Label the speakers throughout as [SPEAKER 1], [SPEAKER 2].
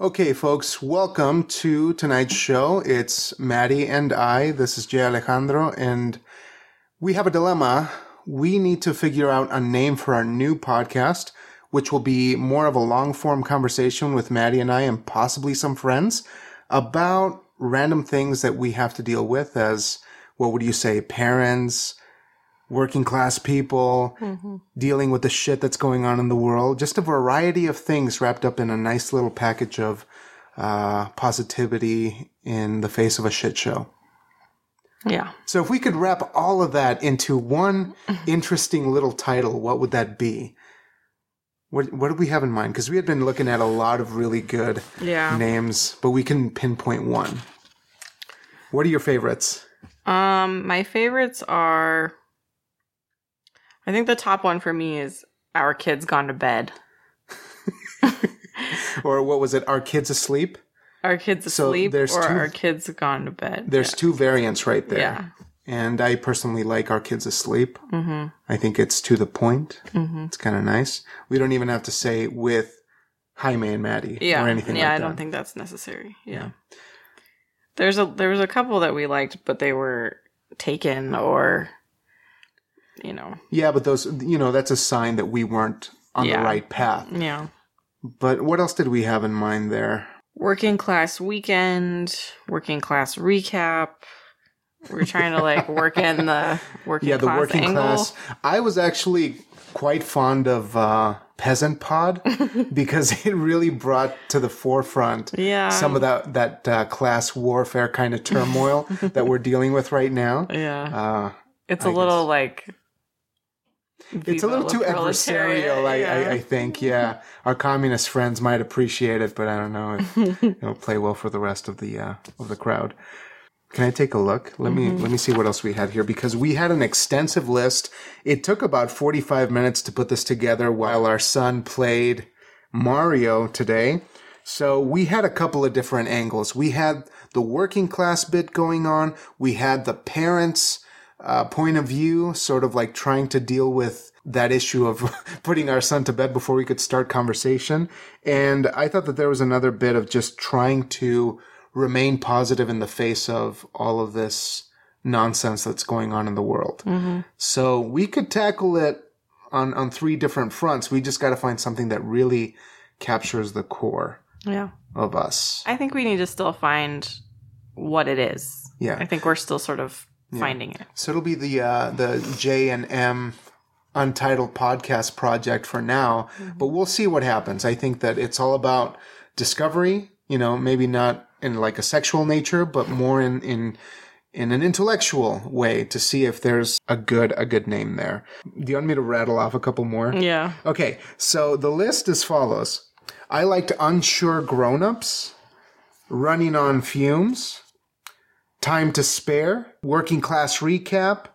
[SPEAKER 1] Okay, folks, welcome to tonight's show. It's Maddie and I. This is Jay Alejandro, and we have a dilemma. We need to figure out a name for our new podcast, which will be more of a long form conversation with Maddie and I, and possibly some friends, about random things that we have to deal with as what would you say, parents, working class people, dealing with the shit that's going on in the world. Just a variety of things wrapped up in a nice little package of uh, positivity in the face of a shit show.
[SPEAKER 2] Yeah.
[SPEAKER 1] So, if we could wrap all of that into one interesting little title, what would that be? What, what did we have in mind? Because we had been looking at a lot of really good
[SPEAKER 2] Yeah.
[SPEAKER 1] names, but we can pinpoint one. What are your favorites?
[SPEAKER 2] Um, my favorites are. I think the top one for me is our kids gone to bed.
[SPEAKER 1] Or what was it? Are kids asleep?
[SPEAKER 2] Our kids
[SPEAKER 1] So
[SPEAKER 2] asleep
[SPEAKER 1] there's
[SPEAKER 2] or
[SPEAKER 1] two-
[SPEAKER 2] our kids gone to bed.
[SPEAKER 1] There's two variants right there.
[SPEAKER 2] yeah.
[SPEAKER 1] And I personally like Our Kids Asleep.
[SPEAKER 2] hmm
[SPEAKER 1] I think it's to the point.
[SPEAKER 2] hmm
[SPEAKER 1] It's kind of nice. We don't even have to say with Jaime and Maddie
[SPEAKER 2] Yeah.
[SPEAKER 1] or anything
[SPEAKER 2] yeah,
[SPEAKER 1] like
[SPEAKER 2] I
[SPEAKER 1] that.
[SPEAKER 2] don't think that's necessary. Yeah. There's a there was a couple that we liked, but they were taken or you know.
[SPEAKER 1] Yeah, but those, you know, that's a sign that we weren't on
[SPEAKER 2] Yeah.
[SPEAKER 1] the right path.
[SPEAKER 2] Yeah.
[SPEAKER 1] But what else did we have in mind there?
[SPEAKER 2] working class weekend, working class recap. We're trying to like work in the working
[SPEAKER 1] yeah, the
[SPEAKER 2] class
[SPEAKER 1] working
[SPEAKER 2] angle.
[SPEAKER 1] class. I was actually quite fond of uh, Peasant Pod because it really brought to the forefront
[SPEAKER 2] Yeah.
[SPEAKER 1] some of that that uh, class warfare kind of turmoil that we're dealing with right now.
[SPEAKER 2] yeah.
[SPEAKER 1] Uh,
[SPEAKER 2] It's
[SPEAKER 1] I
[SPEAKER 2] a
[SPEAKER 1] guess.
[SPEAKER 2] little like
[SPEAKER 1] it's a
[SPEAKER 2] Viva
[SPEAKER 1] little
[SPEAKER 2] la
[SPEAKER 1] too
[SPEAKER 2] proletariat,
[SPEAKER 1] adversarial, I,
[SPEAKER 2] yeah.
[SPEAKER 1] I, I think. Yeah, our communist friends might appreciate it, but I don't know if it'll play well for the rest of the uh, of the crowd. Can I take a look? Let me let me see what else we had here because we had an extensive list. It took about forty five minutes to put this together while our son played Mario today. So we had a couple of different angles. We had the working class bit going on. We had the parents' uh, point of view, sort of like trying to deal with that issue of putting our son to bed before we could start conversation. And I thought that there was another bit of just trying to remain positive in the face of all of this nonsense that's going on in the world.
[SPEAKER 2] Mm-hmm.
[SPEAKER 1] So we could tackle it on, on three different fronts. We just got to find something that really captures the core
[SPEAKER 2] yeah.
[SPEAKER 1] of us.
[SPEAKER 2] I think we need to still find what it is.
[SPEAKER 1] Yeah.
[SPEAKER 2] I think we're still sort of finding it.
[SPEAKER 1] So it'll be the uh, the J and M Untitled Podcast project for now, but we'll see what happens. I think that it's all about discovery. You know, maybe not in like a sexual nature, but more in in in an intellectual way to see if there's a good a good name there. Do you want me to rattle off a couple more?
[SPEAKER 2] Yeah.
[SPEAKER 1] Okay, so the list is follows. I liked unsure grown-ups, running on fumes, time to spare, working class recap,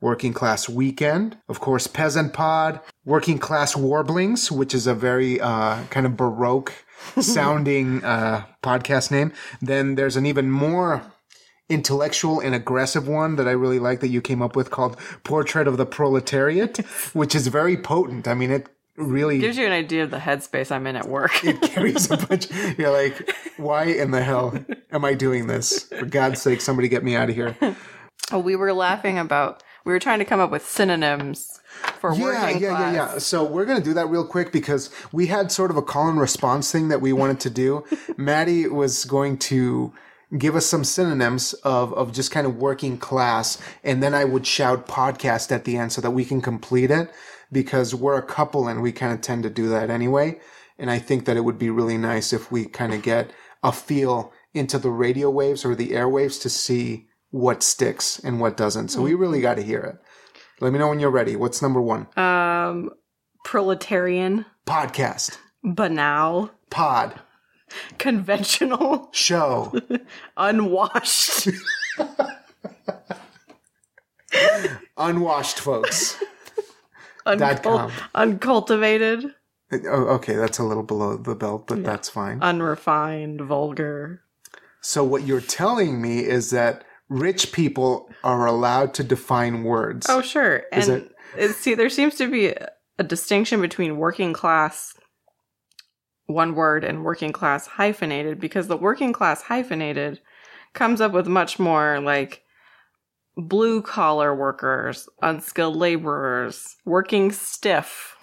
[SPEAKER 1] working class weekend, of course peasant pod, working class warblings, which is a very uh, kind of baroque sounding uh, podcast name. Then there's an even more intellectual and aggressive one that I really like that you came up with called Portrait of the Proletariat, which is very potent. I mean, it really
[SPEAKER 2] Gives you an idea of the headspace I'm in at work.
[SPEAKER 1] carries a bunch. You're like, why in the hell am I doing this? For God's sake, somebody get me out of here.
[SPEAKER 2] oh, we were laughing about we were trying to come up with synonyms for
[SPEAKER 1] Yeah,
[SPEAKER 2] working
[SPEAKER 1] yeah, yeah,
[SPEAKER 2] class.
[SPEAKER 1] yeah. So we're gonna do that real quick because we had sort of a call and response thing that we wanted to do. Maddie was going to give us some synonyms of of just kind of working class, and then I would shout podcast at the end so that we can complete it because we're a couple and we kind of tend to do that anyway. And I think that it would be really nice if we kind of get a feel into the radio waves or the airwaves to see what sticks and what doesn't. So we really got to hear it. Let me know when you're ready. What's number one?
[SPEAKER 2] Um proletarian,
[SPEAKER 1] podcast,
[SPEAKER 2] banal,
[SPEAKER 1] pod,
[SPEAKER 2] conventional,
[SPEAKER 1] show.
[SPEAKER 2] unwashed,
[SPEAKER 1] Unwashed folks. Dot com.
[SPEAKER 2] uncul- uncultivated,
[SPEAKER 1] Oh, okay, that's a little below the belt, but that's fine.
[SPEAKER 2] unrefined, vulgar.
[SPEAKER 1] So, what you're telling me is that rich people are allowed to define words.
[SPEAKER 2] Oh, sure. And
[SPEAKER 1] Is
[SPEAKER 2] it- see, there seems to be a distinction between working class, one word and working class hyphenated because the working class hyphenated comes up with much more like blue collar workers, unskilled laborers, working stiff.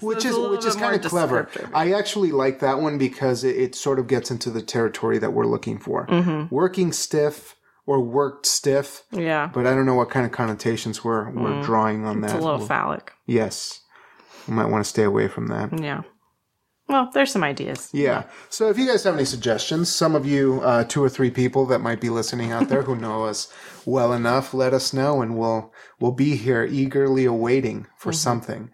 [SPEAKER 1] which
[SPEAKER 2] it's a
[SPEAKER 1] is
[SPEAKER 2] little
[SPEAKER 1] which is
[SPEAKER 2] bit more
[SPEAKER 1] kind of clever.
[SPEAKER 2] descriptive.
[SPEAKER 1] I actually like that one because it, it sort of gets into the territory that we're looking for.
[SPEAKER 2] Mm.
[SPEAKER 1] Working stiff or worked stiff,
[SPEAKER 2] Mm-hmm. Yeah.
[SPEAKER 1] but I don't know what kind of connotations we're we're drawing on
[SPEAKER 2] Mm. It's
[SPEAKER 1] that.
[SPEAKER 2] a little
[SPEAKER 1] We'll-
[SPEAKER 2] phallic.
[SPEAKER 1] yes, we might want to stay away from that.
[SPEAKER 2] Yeah. Well, there's some ideas.
[SPEAKER 1] Yeah. So if you guys have any suggestions, some of you, uh, two or three people that might be listening out there who know us well enough, let us know, and we'll we'll be here eagerly awaiting for something,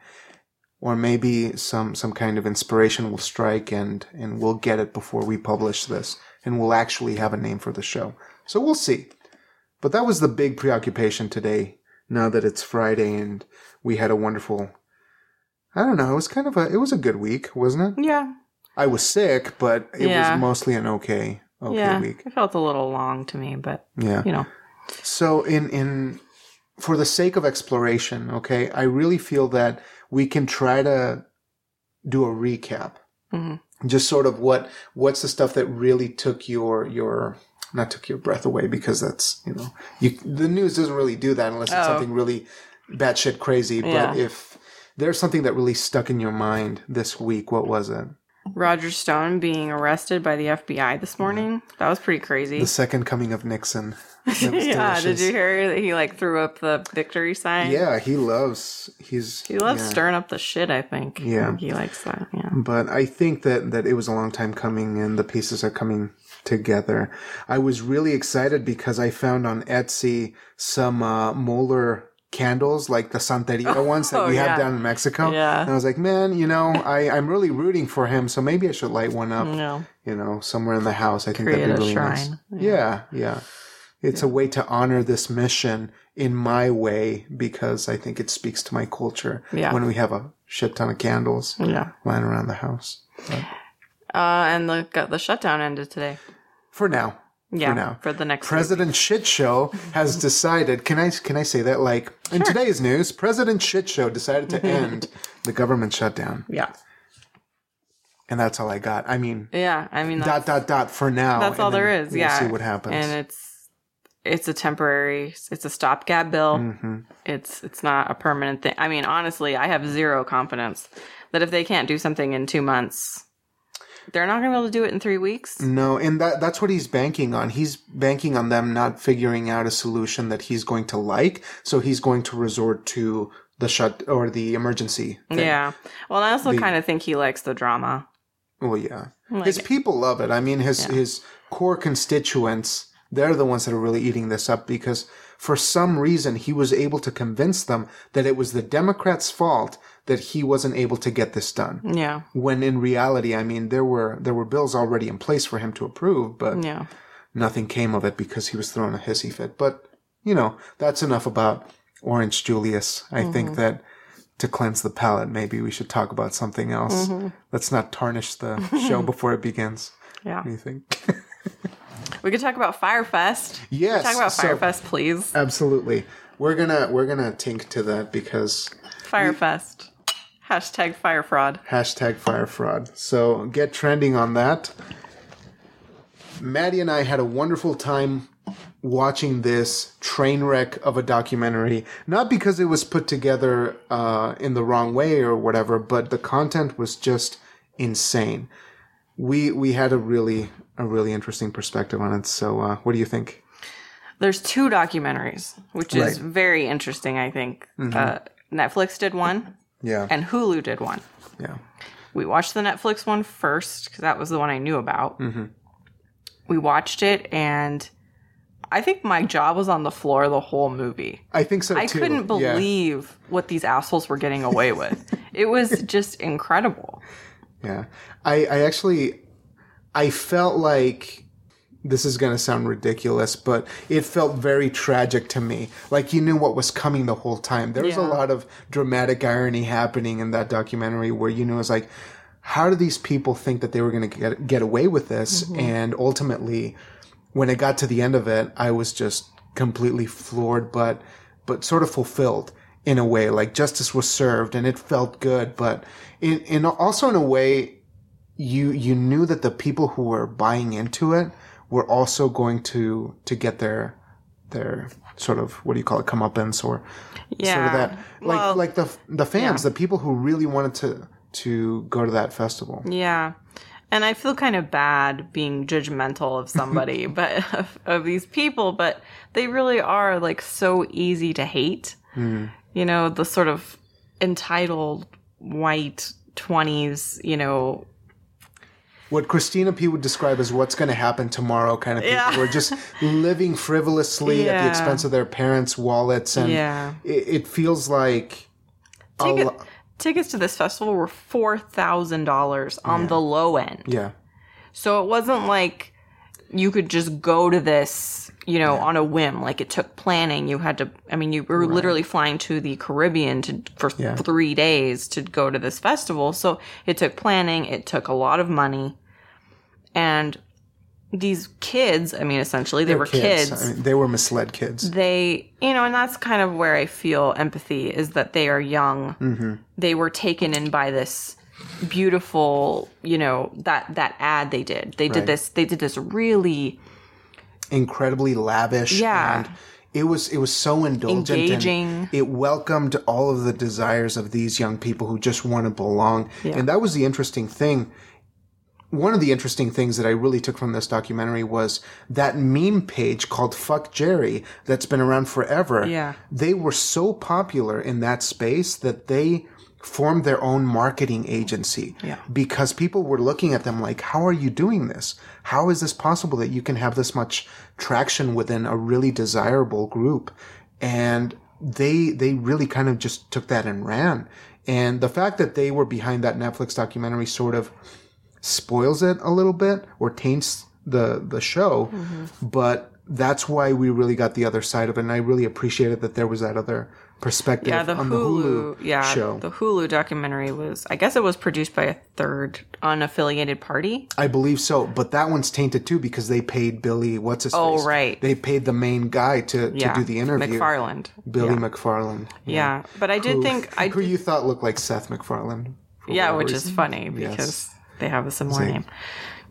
[SPEAKER 1] or maybe some some kind of inspiration will strike, and and we'll get it before we publish this, and we'll actually have a name for the show. So we'll see. But that was the big preoccupation today. Now that it's Friday, and we had a wonderful. I don't know. It was kind of a. It was a good week, wasn't it?
[SPEAKER 2] Yeah.
[SPEAKER 1] I was sick, but it
[SPEAKER 2] Yeah.
[SPEAKER 1] was mostly an okay, okay
[SPEAKER 2] yeah.
[SPEAKER 1] week.
[SPEAKER 2] It felt a little long to me, but
[SPEAKER 1] Yeah.
[SPEAKER 2] you know.
[SPEAKER 1] So in in for the sake of exploration, okay, I really feel that we can try to do a recap.
[SPEAKER 2] Mhm.
[SPEAKER 1] Just sort of what what's the stuff that really took your your not took your breath away because that's you know you the news doesn't really do that unless it's
[SPEAKER 2] Oh.
[SPEAKER 1] something really batshit crazy.
[SPEAKER 2] Yeah.
[SPEAKER 1] But if there's something that really stuck in your mind this week, what was it?
[SPEAKER 2] Roger Stone being arrested by the FBI this morning. That was pretty crazy.
[SPEAKER 1] The second coming of Nixon. That was
[SPEAKER 2] yeah, did
[SPEAKER 1] delicious.
[SPEAKER 2] you hear that he like threw up the victory sign?
[SPEAKER 1] Yeah, he loves. He's
[SPEAKER 2] He loves
[SPEAKER 1] yeah.
[SPEAKER 2] stirring up the shit, I think.
[SPEAKER 1] Yeah.
[SPEAKER 2] I think he likes that. Yeah.
[SPEAKER 1] But I think that that it was a long time coming, and the pieces are coming together. I was really excited because I found on Etsy some uh, molar candles, like the Santeria ones that we
[SPEAKER 2] Oh, yeah.
[SPEAKER 1] have down in Mexico.
[SPEAKER 2] Yeah.
[SPEAKER 1] And I was like, man, you know, I I'm really rooting for him, so maybe I should light one up.
[SPEAKER 2] No.
[SPEAKER 1] You know, somewhere in the house. I think
[SPEAKER 2] Create
[SPEAKER 1] that'd
[SPEAKER 2] a
[SPEAKER 1] be really nice.
[SPEAKER 2] shrine.
[SPEAKER 1] Yeah, yeah. It's a way to honor this mission in my way because I think it speaks to my culture
[SPEAKER 2] Yeah.
[SPEAKER 1] when we have a shit ton of candles
[SPEAKER 2] Yeah.
[SPEAKER 1] lying around the house.
[SPEAKER 2] Uh, and the got the shutdown ended today.
[SPEAKER 1] For now.
[SPEAKER 2] Yeah.
[SPEAKER 1] now.
[SPEAKER 2] the next
[SPEAKER 1] President Shit Show has decided can I can I say that like in today's news, President Shit Show decided to end the government shutdown.
[SPEAKER 2] week. Yeah.
[SPEAKER 1] And that's all I got. I mean
[SPEAKER 2] Yeah. I mean, that's,
[SPEAKER 1] dot dot dot for now.
[SPEAKER 2] that's
[SPEAKER 1] and
[SPEAKER 2] all
[SPEAKER 1] then
[SPEAKER 2] there is.
[SPEAKER 1] we'll
[SPEAKER 2] yeah.
[SPEAKER 1] see what happens.
[SPEAKER 2] And it's it's a temporary. It's a stopgap bill.
[SPEAKER 1] hmm
[SPEAKER 2] It's it's not a permanent thing. I mean, honestly, I have zero confidence that if they can't do something in two months, they're not going to be able to do it in three weeks.
[SPEAKER 1] No, and that that's what he's banking on. He's banking on them not figuring out a solution that he's going to like, so he's going to resort to the shut or the emergency. Thing.
[SPEAKER 2] Yeah. Well, I also
[SPEAKER 1] The-
[SPEAKER 2] kind of think he likes the drama.
[SPEAKER 1] Well, yeah.
[SPEAKER 2] Like,
[SPEAKER 1] his people love it. I mean, his his core constituents, they're the ones that are really eating this up because for some reason he was able to convince them that it was the Democrats' fault that he wasn't able to get this done.
[SPEAKER 2] yeah.
[SPEAKER 1] When in reality, I mean, there were there were bills already in place for him to approve, but
[SPEAKER 2] Yeah.
[SPEAKER 1] nothing came of it because he was throwing a hissy fit. But, you know, that's enough about Orange Julius. I think that to cleanse the palate, maybe we should talk about something else. Let's not tarnish the show before it begins.
[SPEAKER 2] Yeah.
[SPEAKER 1] What do you think?
[SPEAKER 2] We could talk about Firefest.
[SPEAKER 1] yes.
[SPEAKER 2] Talk about
[SPEAKER 1] so- Uh,
[SPEAKER 2] Firefest, please.
[SPEAKER 1] Absolutely. We're gonna we're gonna tink to that because
[SPEAKER 2] Firefest. Hashtag fire fraud.
[SPEAKER 1] hashtag fire fraud. So get trending on that. Maddie and I had a wonderful time watching this train wreck of a documentary. Not because it was put together uh, in the wrong way or whatever, but the content was just insane. We we had a really a really interesting perspective on it. So uh, what do you think?
[SPEAKER 2] There's two documentaries, which is
[SPEAKER 1] Right. Mm-hmm.
[SPEAKER 2] very interesting, I think. Uh, Netflix did one,
[SPEAKER 1] Yeah,
[SPEAKER 2] and Hulu did one.
[SPEAKER 1] yeah,
[SPEAKER 2] We watched the Netflix one first because that was the one I knew about.
[SPEAKER 1] Mm-hmm.
[SPEAKER 2] We watched it, and I think my jaw was on the floor the whole movie.
[SPEAKER 1] I think so
[SPEAKER 2] I
[SPEAKER 1] too.
[SPEAKER 2] couldn't
[SPEAKER 1] Yeah.
[SPEAKER 2] believe what these assholes were getting away with. it was just incredible.
[SPEAKER 1] Yeah. I, I actually I felt like this is gonna sound ridiculous, but it felt very tragic to me. Like you knew what was coming the whole time. There was a
[SPEAKER 2] Yeah.
[SPEAKER 1] lot of dramatic irony happening in that documentary where you know it's like how do these people think that they were gonna get get away with this? And ultimately when it got to the end of it, I was just completely floored, but but sort of fulfilled in a way. Like justice was served, and it felt good, but in in also in a way, you you knew that the people who were buying into it were also going to to get their their sort of what do you call it comeuppance or
[SPEAKER 2] Yeah.
[SPEAKER 1] sort of that like
[SPEAKER 2] Well,
[SPEAKER 1] like the the fans the people who really wanted to to go to that festival
[SPEAKER 2] Yeah. And I feel kind of bad being judgmental of somebody, but of, of these people, but they really are like so easy to hate. You know, the sort of entitled white 20s, you know,
[SPEAKER 1] what Christina P would describe as what's going to happen tomorrow kind of people
[SPEAKER 2] Yeah.
[SPEAKER 1] who are just living frivolously at the
[SPEAKER 2] Yeah.
[SPEAKER 1] expense of their parents wallets and
[SPEAKER 2] yeah.
[SPEAKER 1] it, it feels like a
[SPEAKER 2] Ticket-
[SPEAKER 1] lo-
[SPEAKER 2] tickets to this festival were $4,000 on the low end.
[SPEAKER 1] yeah
[SPEAKER 2] So it wasn't like you could just go to this, you know, on a whim. Like it took planning. You had to. I mean, you were literally flying to the Caribbean to for
[SPEAKER 1] Yeah.
[SPEAKER 2] three days to go to this festival. So it took planning. It took a lot of money, and these kids. I mean, essentially, they were kids.
[SPEAKER 1] I mean, they were misled kids
[SPEAKER 2] they, you know, and that's kind of where I feel empathy is that they are young.
[SPEAKER 1] Mm-hmm.
[SPEAKER 2] They were taken in by this beautiful, you know, that that ad they did. They
[SPEAKER 1] Right.
[SPEAKER 2] did this. They did this really
[SPEAKER 1] incredibly lavish
[SPEAKER 2] Yeah.
[SPEAKER 1] and it was it was so indulgent and
[SPEAKER 2] Engaging.
[SPEAKER 1] it welcomed all of the desires of these young people who just want to belong and that was the interesting thing one of the interesting things that I really took from this documentary was that meme page called Fuck Jerry that's been around forever.
[SPEAKER 2] Yeah.
[SPEAKER 1] They were so popular in that space that they formed their own marketing agency.
[SPEAKER 2] Yeah.
[SPEAKER 1] Because people were looking at them like, how are you doing this? How is this possible that you can have this much traction within a really desirable group? And they, they really kind of just took that and ran. And the fact that they were behind that Netflix documentary sort of spoils it a little bit or taints the the show
[SPEAKER 2] Mm-hmm.
[SPEAKER 1] but that's why we really got the other side of it and i really appreciated that there was that other perspective
[SPEAKER 2] yeah the
[SPEAKER 1] on
[SPEAKER 2] Hulu,
[SPEAKER 1] the hulu
[SPEAKER 2] yeah
[SPEAKER 1] show
[SPEAKER 2] the Hulu documentary was I guess it was produced by a third unaffiliated party.
[SPEAKER 1] i believe so but that one's tainted too because they paid billy what's his
[SPEAKER 2] Oh,
[SPEAKER 1] face?
[SPEAKER 2] right.
[SPEAKER 1] they paid the main guy to,
[SPEAKER 2] Yeah,
[SPEAKER 1] to do the interview
[SPEAKER 2] McFarland.
[SPEAKER 1] billy mcfarland
[SPEAKER 2] Yeah, but I did
[SPEAKER 1] who,
[SPEAKER 2] think I
[SPEAKER 1] who
[SPEAKER 2] did-
[SPEAKER 1] you thought looked like seth mcfarland for
[SPEAKER 2] yeah,
[SPEAKER 1] whatever
[SPEAKER 2] which
[SPEAKER 1] reason.
[SPEAKER 2] is funny
[SPEAKER 1] Yes.
[SPEAKER 2] because they have a similar name.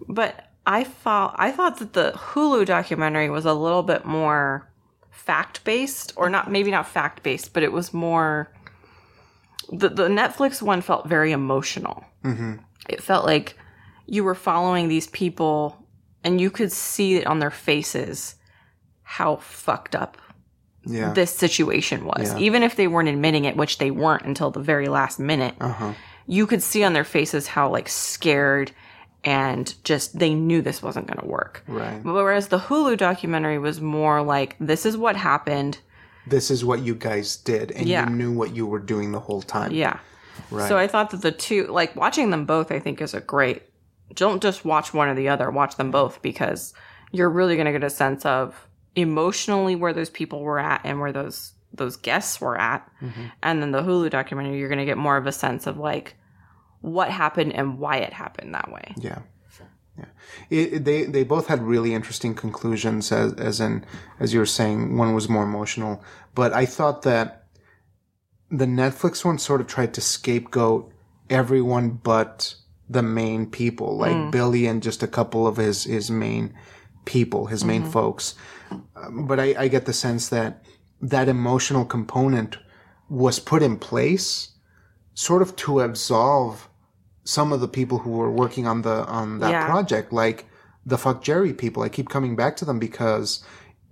[SPEAKER 2] But I thought I thought that the Hulu documentary was a little bit more fact based, or not maybe not fact based, but it was more. The the Netflix one felt very emotional. Mm-hmm. It felt like you were following these people, and you could see it on their faces how fucked up
[SPEAKER 1] yeah
[SPEAKER 2] this situation was. Even if they weren't admitting it, which they weren't until the very last minute,
[SPEAKER 1] uh-huh
[SPEAKER 2] you could see on their faces how like scared and just they knew this wasn't going to work.
[SPEAKER 1] right
[SPEAKER 2] But Whereas the Hulu documentary was more like, this is what happened.
[SPEAKER 1] this is what you guys did and
[SPEAKER 2] Yeah.
[SPEAKER 1] you knew what you were doing the whole time
[SPEAKER 2] Yeah.
[SPEAKER 1] right
[SPEAKER 2] So I thought that the two, like watching them both, I think is a great. Don't just watch one or the other, watch them both because you're really going to get a sense of emotionally where those people were at and where those those guests were at. And then the Hulu documentary, you're going to get more of a sense of like what happened and why it happened that way.
[SPEAKER 1] Yeah, yeah. It, it- they they both had really interesting conclusions, as as in as you were saying, one was more emotional, but I thought that the Netflix one sort of tried to scapegoat everyone but the main people, like Billy and just a couple of his his main people, his main folks. Um, but I, I get the sense that that emotional component was put in place sort of to absolve some of the people who were working on the on that
[SPEAKER 2] Yeah.
[SPEAKER 1] project like the fuck jerry people i keep coming back to them because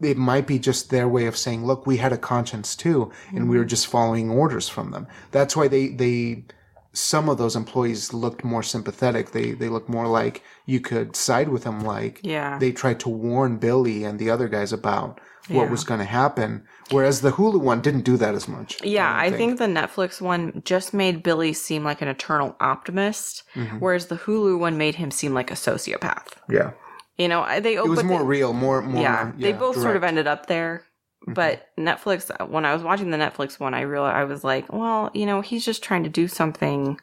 [SPEAKER 1] it might be just their way of saying look we had a conscience too and we were just following orders from them that's why they they some of those employees looked more sympathetic they they looked more like you could side with them like
[SPEAKER 2] Yeah.
[SPEAKER 1] they tried to warn billy and the other guys about what was going to happen whereas the hulu one didn't do that as much
[SPEAKER 2] Yeah, I
[SPEAKER 1] don't
[SPEAKER 2] think. the Netflix one just made Billy seem like an eternal optimist,
[SPEAKER 1] Mm-hmm.
[SPEAKER 2] whereas the Hulu one made him seem like a sociopath.
[SPEAKER 1] yeah
[SPEAKER 2] You know, I- they
[SPEAKER 1] it
[SPEAKER 2] opened
[SPEAKER 1] was more real more more
[SPEAKER 2] Oh, yeah, they both sort
[SPEAKER 1] direct.
[SPEAKER 2] of
[SPEAKER 1] Mm-hmm.
[SPEAKER 2] ended up there. But Netflix, uh, when I was watching the Netflix one, I realized I was like, well, you know, he's just trying to do something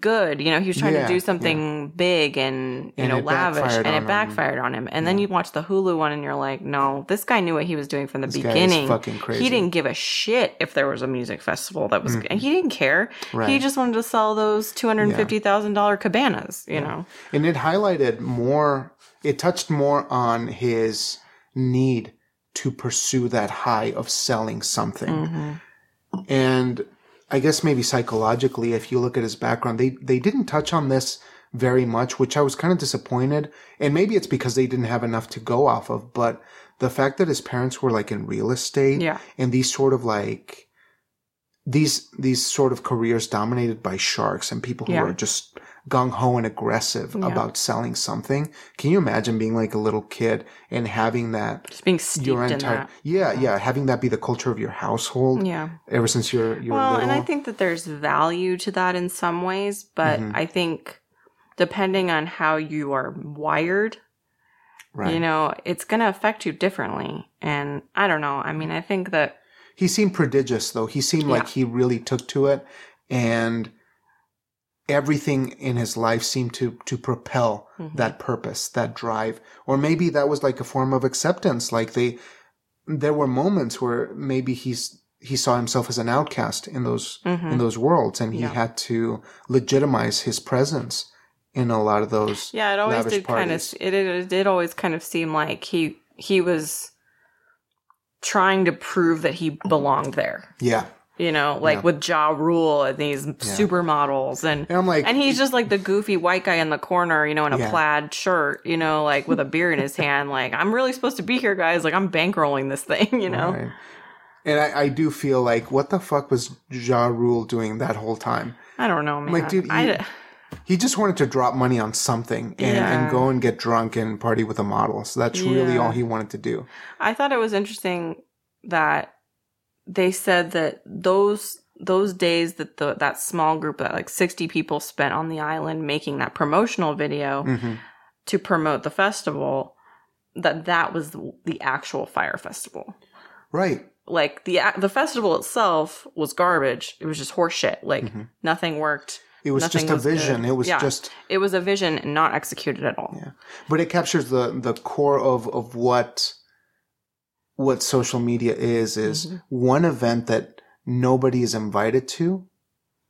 [SPEAKER 2] good. You know, he was trying
[SPEAKER 1] Yeah,
[SPEAKER 2] to do something big and you
[SPEAKER 1] And
[SPEAKER 2] know
[SPEAKER 1] it
[SPEAKER 2] lavish,
[SPEAKER 1] backfired
[SPEAKER 2] and
[SPEAKER 1] on him.
[SPEAKER 2] it backfired on him. And then you watch the Hulu one, and you're like, no, this guy knew what he was doing from the
[SPEAKER 1] This guy is
[SPEAKER 2] beginning.
[SPEAKER 1] fucking crazy. Mm-hmm.
[SPEAKER 2] He didn't give a shit if there was a music festival that was. He didn't care. He
[SPEAKER 1] Right.
[SPEAKER 2] just wanted to sell those two hundred fifty thousand dollar cabanas. You know,
[SPEAKER 1] and it highlighted more it touched more on his need to pursue that high of selling something
[SPEAKER 2] Mm-hmm.
[SPEAKER 1] and i guess maybe psychologically if you look at his background they they didn't touch on this very much which i was kind of disappointed and maybe it's because they didn't have enough to go off of but the fact that his parents were like in real estate
[SPEAKER 2] Yeah.
[SPEAKER 1] and these sort of like these these sort of careers dominated by sharks and people who
[SPEAKER 2] Yeah.
[SPEAKER 1] are just gung ho and aggressive about selling something. Can you imagine being like a little kid and having that
[SPEAKER 2] just being steeped
[SPEAKER 1] your
[SPEAKER 2] in
[SPEAKER 1] entire
[SPEAKER 2] that.
[SPEAKER 1] yeah yeah having that be the culture of your household
[SPEAKER 2] Yeah.
[SPEAKER 1] ever since you're you're
[SPEAKER 2] Well,
[SPEAKER 1] little
[SPEAKER 2] and I think that there's value to that in some ways, but
[SPEAKER 1] Mhm.
[SPEAKER 2] I think depending on how you are wired,
[SPEAKER 1] right?
[SPEAKER 2] you know, it's going to affect you differently. And I don't know. I mean, I think that
[SPEAKER 1] he seemed prodigious though. He seemed like he really took to it and everything in his life seemed to to propel that purpose, that drive. Or maybe that was like a form of acceptance. Like they there were moments where maybe he's he saw himself as an outcast in those
[SPEAKER 2] Mm-hmm.
[SPEAKER 1] in those worlds and he
[SPEAKER 2] Hmm. Yeah.
[SPEAKER 1] had to legitimize his presence in a lot of those
[SPEAKER 2] yeah, it always
[SPEAKER 1] Lavish
[SPEAKER 2] did kind of
[SPEAKER 1] parties.
[SPEAKER 2] it, it did always kind of seem like he he was trying to prove that he belonged there.
[SPEAKER 1] yeah.
[SPEAKER 2] You know, like
[SPEAKER 1] Yeah.
[SPEAKER 2] with Ja Rule and these supermodels and
[SPEAKER 1] And I'm like
[SPEAKER 2] And he's just like the goofy white guy in the corner, you know, in a
[SPEAKER 1] Yeah.
[SPEAKER 2] plaid shirt, you know, like with a beer in his hand. Like, I'm really supposed to be here, guys. Like, I'm bankrolling this thing, you know?
[SPEAKER 1] Right. And I, I do feel like, what the fuck was Ja Rule doing that whole time?
[SPEAKER 2] I don't know, man.
[SPEAKER 1] Like, dude, you-
[SPEAKER 2] I,
[SPEAKER 1] He just wanted to drop money on something and, and
[SPEAKER 2] Yeah.
[SPEAKER 1] go and get drunk and party with a model. So that's really
[SPEAKER 2] Yeah.
[SPEAKER 1] all he wanted to do.
[SPEAKER 2] I thought it was interesting that they said that those those days that the that small group that like 60 people spent on the island making that promotional video
[SPEAKER 1] Mhm.
[SPEAKER 2] to promote the festival that that was the, the actual fire festival
[SPEAKER 1] Right.
[SPEAKER 2] like the the festival itself was garbage. It was just horseshit. Like nothing worked.
[SPEAKER 1] It was
[SPEAKER 2] Nothing
[SPEAKER 1] just a
[SPEAKER 2] was
[SPEAKER 1] vision.
[SPEAKER 2] good.
[SPEAKER 1] It was
[SPEAKER 2] Yeah.
[SPEAKER 1] just,
[SPEAKER 2] It was a vision and not executed at all.
[SPEAKER 1] but it captures the, the core of, of what, what social media is, is
[SPEAKER 2] Mm-hmm.
[SPEAKER 1] one event that nobody is invited to.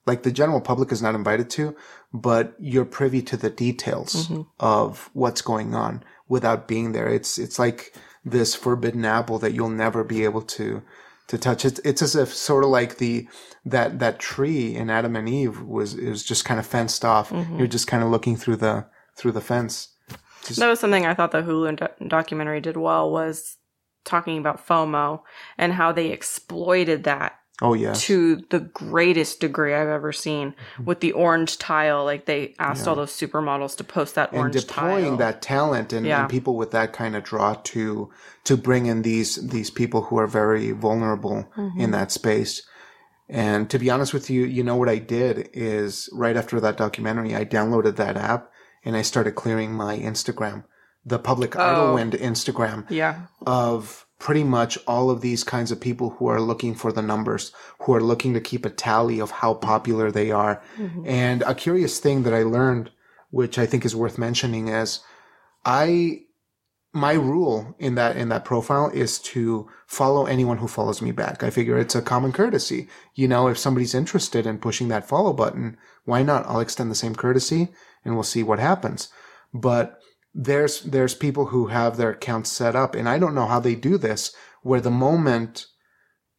[SPEAKER 1] Like the general public is not invited to, but you're privy to the details.
[SPEAKER 2] Mhm.
[SPEAKER 1] of what's going on without being there. It's it's like this forbidden apple that you'll never be able to to touch. It's it's as if sort of like the that that tree in Adam and Eve was it was just kind of fenced off.
[SPEAKER 2] Mm-hmm.
[SPEAKER 1] You're just kind of looking through the through the fence.
[SPEAKER 2] That was something I thought the Hulu do- documentary did well was talking about FOMO and how they exploited that
[SPEAKER 1] Oh yeah.
[SPEAKER 2] to the greatest degree I've ever seen
[SPEAKER 1] Mm-hmm.
[SPEAKER 2] with the orange tile. Like they asked all those supermodels to post that
[SPEAKER 1] and
[SPEAKER 2] orange
[SPEAKER 1] deploying
[SPEAKER 2] tile.
[SPEAKER 1] that talent and,
[SPEAKER 2] Yeah.
[SPEAKER 1] and people with that kind of draw to to bring in these these people who are very vulnerable in
[SPEAKER 2] Mm-hmm.
[SPEAKER 1] that space and to be honest with you you know what i did is right after that documentary i downloaded that app and i started clearing my instagram the public idlewind instagram
[SPEAKER 2] yeah.
[SPEAKER 1] of pretty much all of these kinds of people who are looking for the numbers, who are looking to keep a tally of how popular they are.
[SPEAKER 2] Mm-hmm.
[SPEAKER 1] And a curious thing that I learned, which I think is worth mentioning, is I my rule in that in that profile is to follow anyone who follows me back. I figure it's a common courtesy. You know, if somebody's interested in pushing that follow button, why not? I'll extend the same courtesy and we'll see what happens. But there's there's people who have their accounts set up and I don't know how they do this where the moment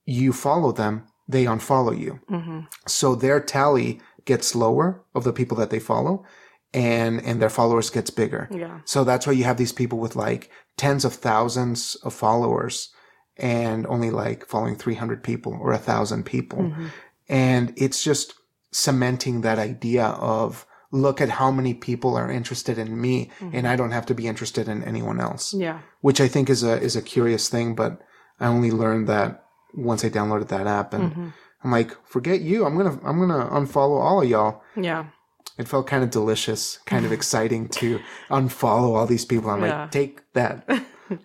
[SPEAKER 1] you follow them, they unfollow you.
[SPEAKER 2] hmm
[SPEAKER 1] So their tally gets lower of the people that they follow and and their followers gets bigger.
[SPEAKER 2] Yeah.
[SPEAKER 1] So that's why you have these people with like tens of thousands of followers and only like following 300 people or a thousand people.
[SPEAKER 2] Mm. Mm-hmm.
[SPEAKER 1] And it's just cementing that idea of look at how many people are interested in me
[SPEAKER 2] Mm-hmm.
[SPEAKER 1] and I don't have to be interested in anyone else,
[SPEAKER 2] Yeah.
[SPEAKER 1] which I think is a, is a curious thing, but I only learned that once I downloaded that app and I'm like, forget you. I'm going to, I'm going to unfollow all of y'all
[SPEAKER 2] Mm-hmm. Yeah.
[SPEAKER 1] it felt kind of delicious, kind of exciting to unfollow all these people. I'm
[SPEAKER 2] Yeah.
[SPEAKER 1] like, take that,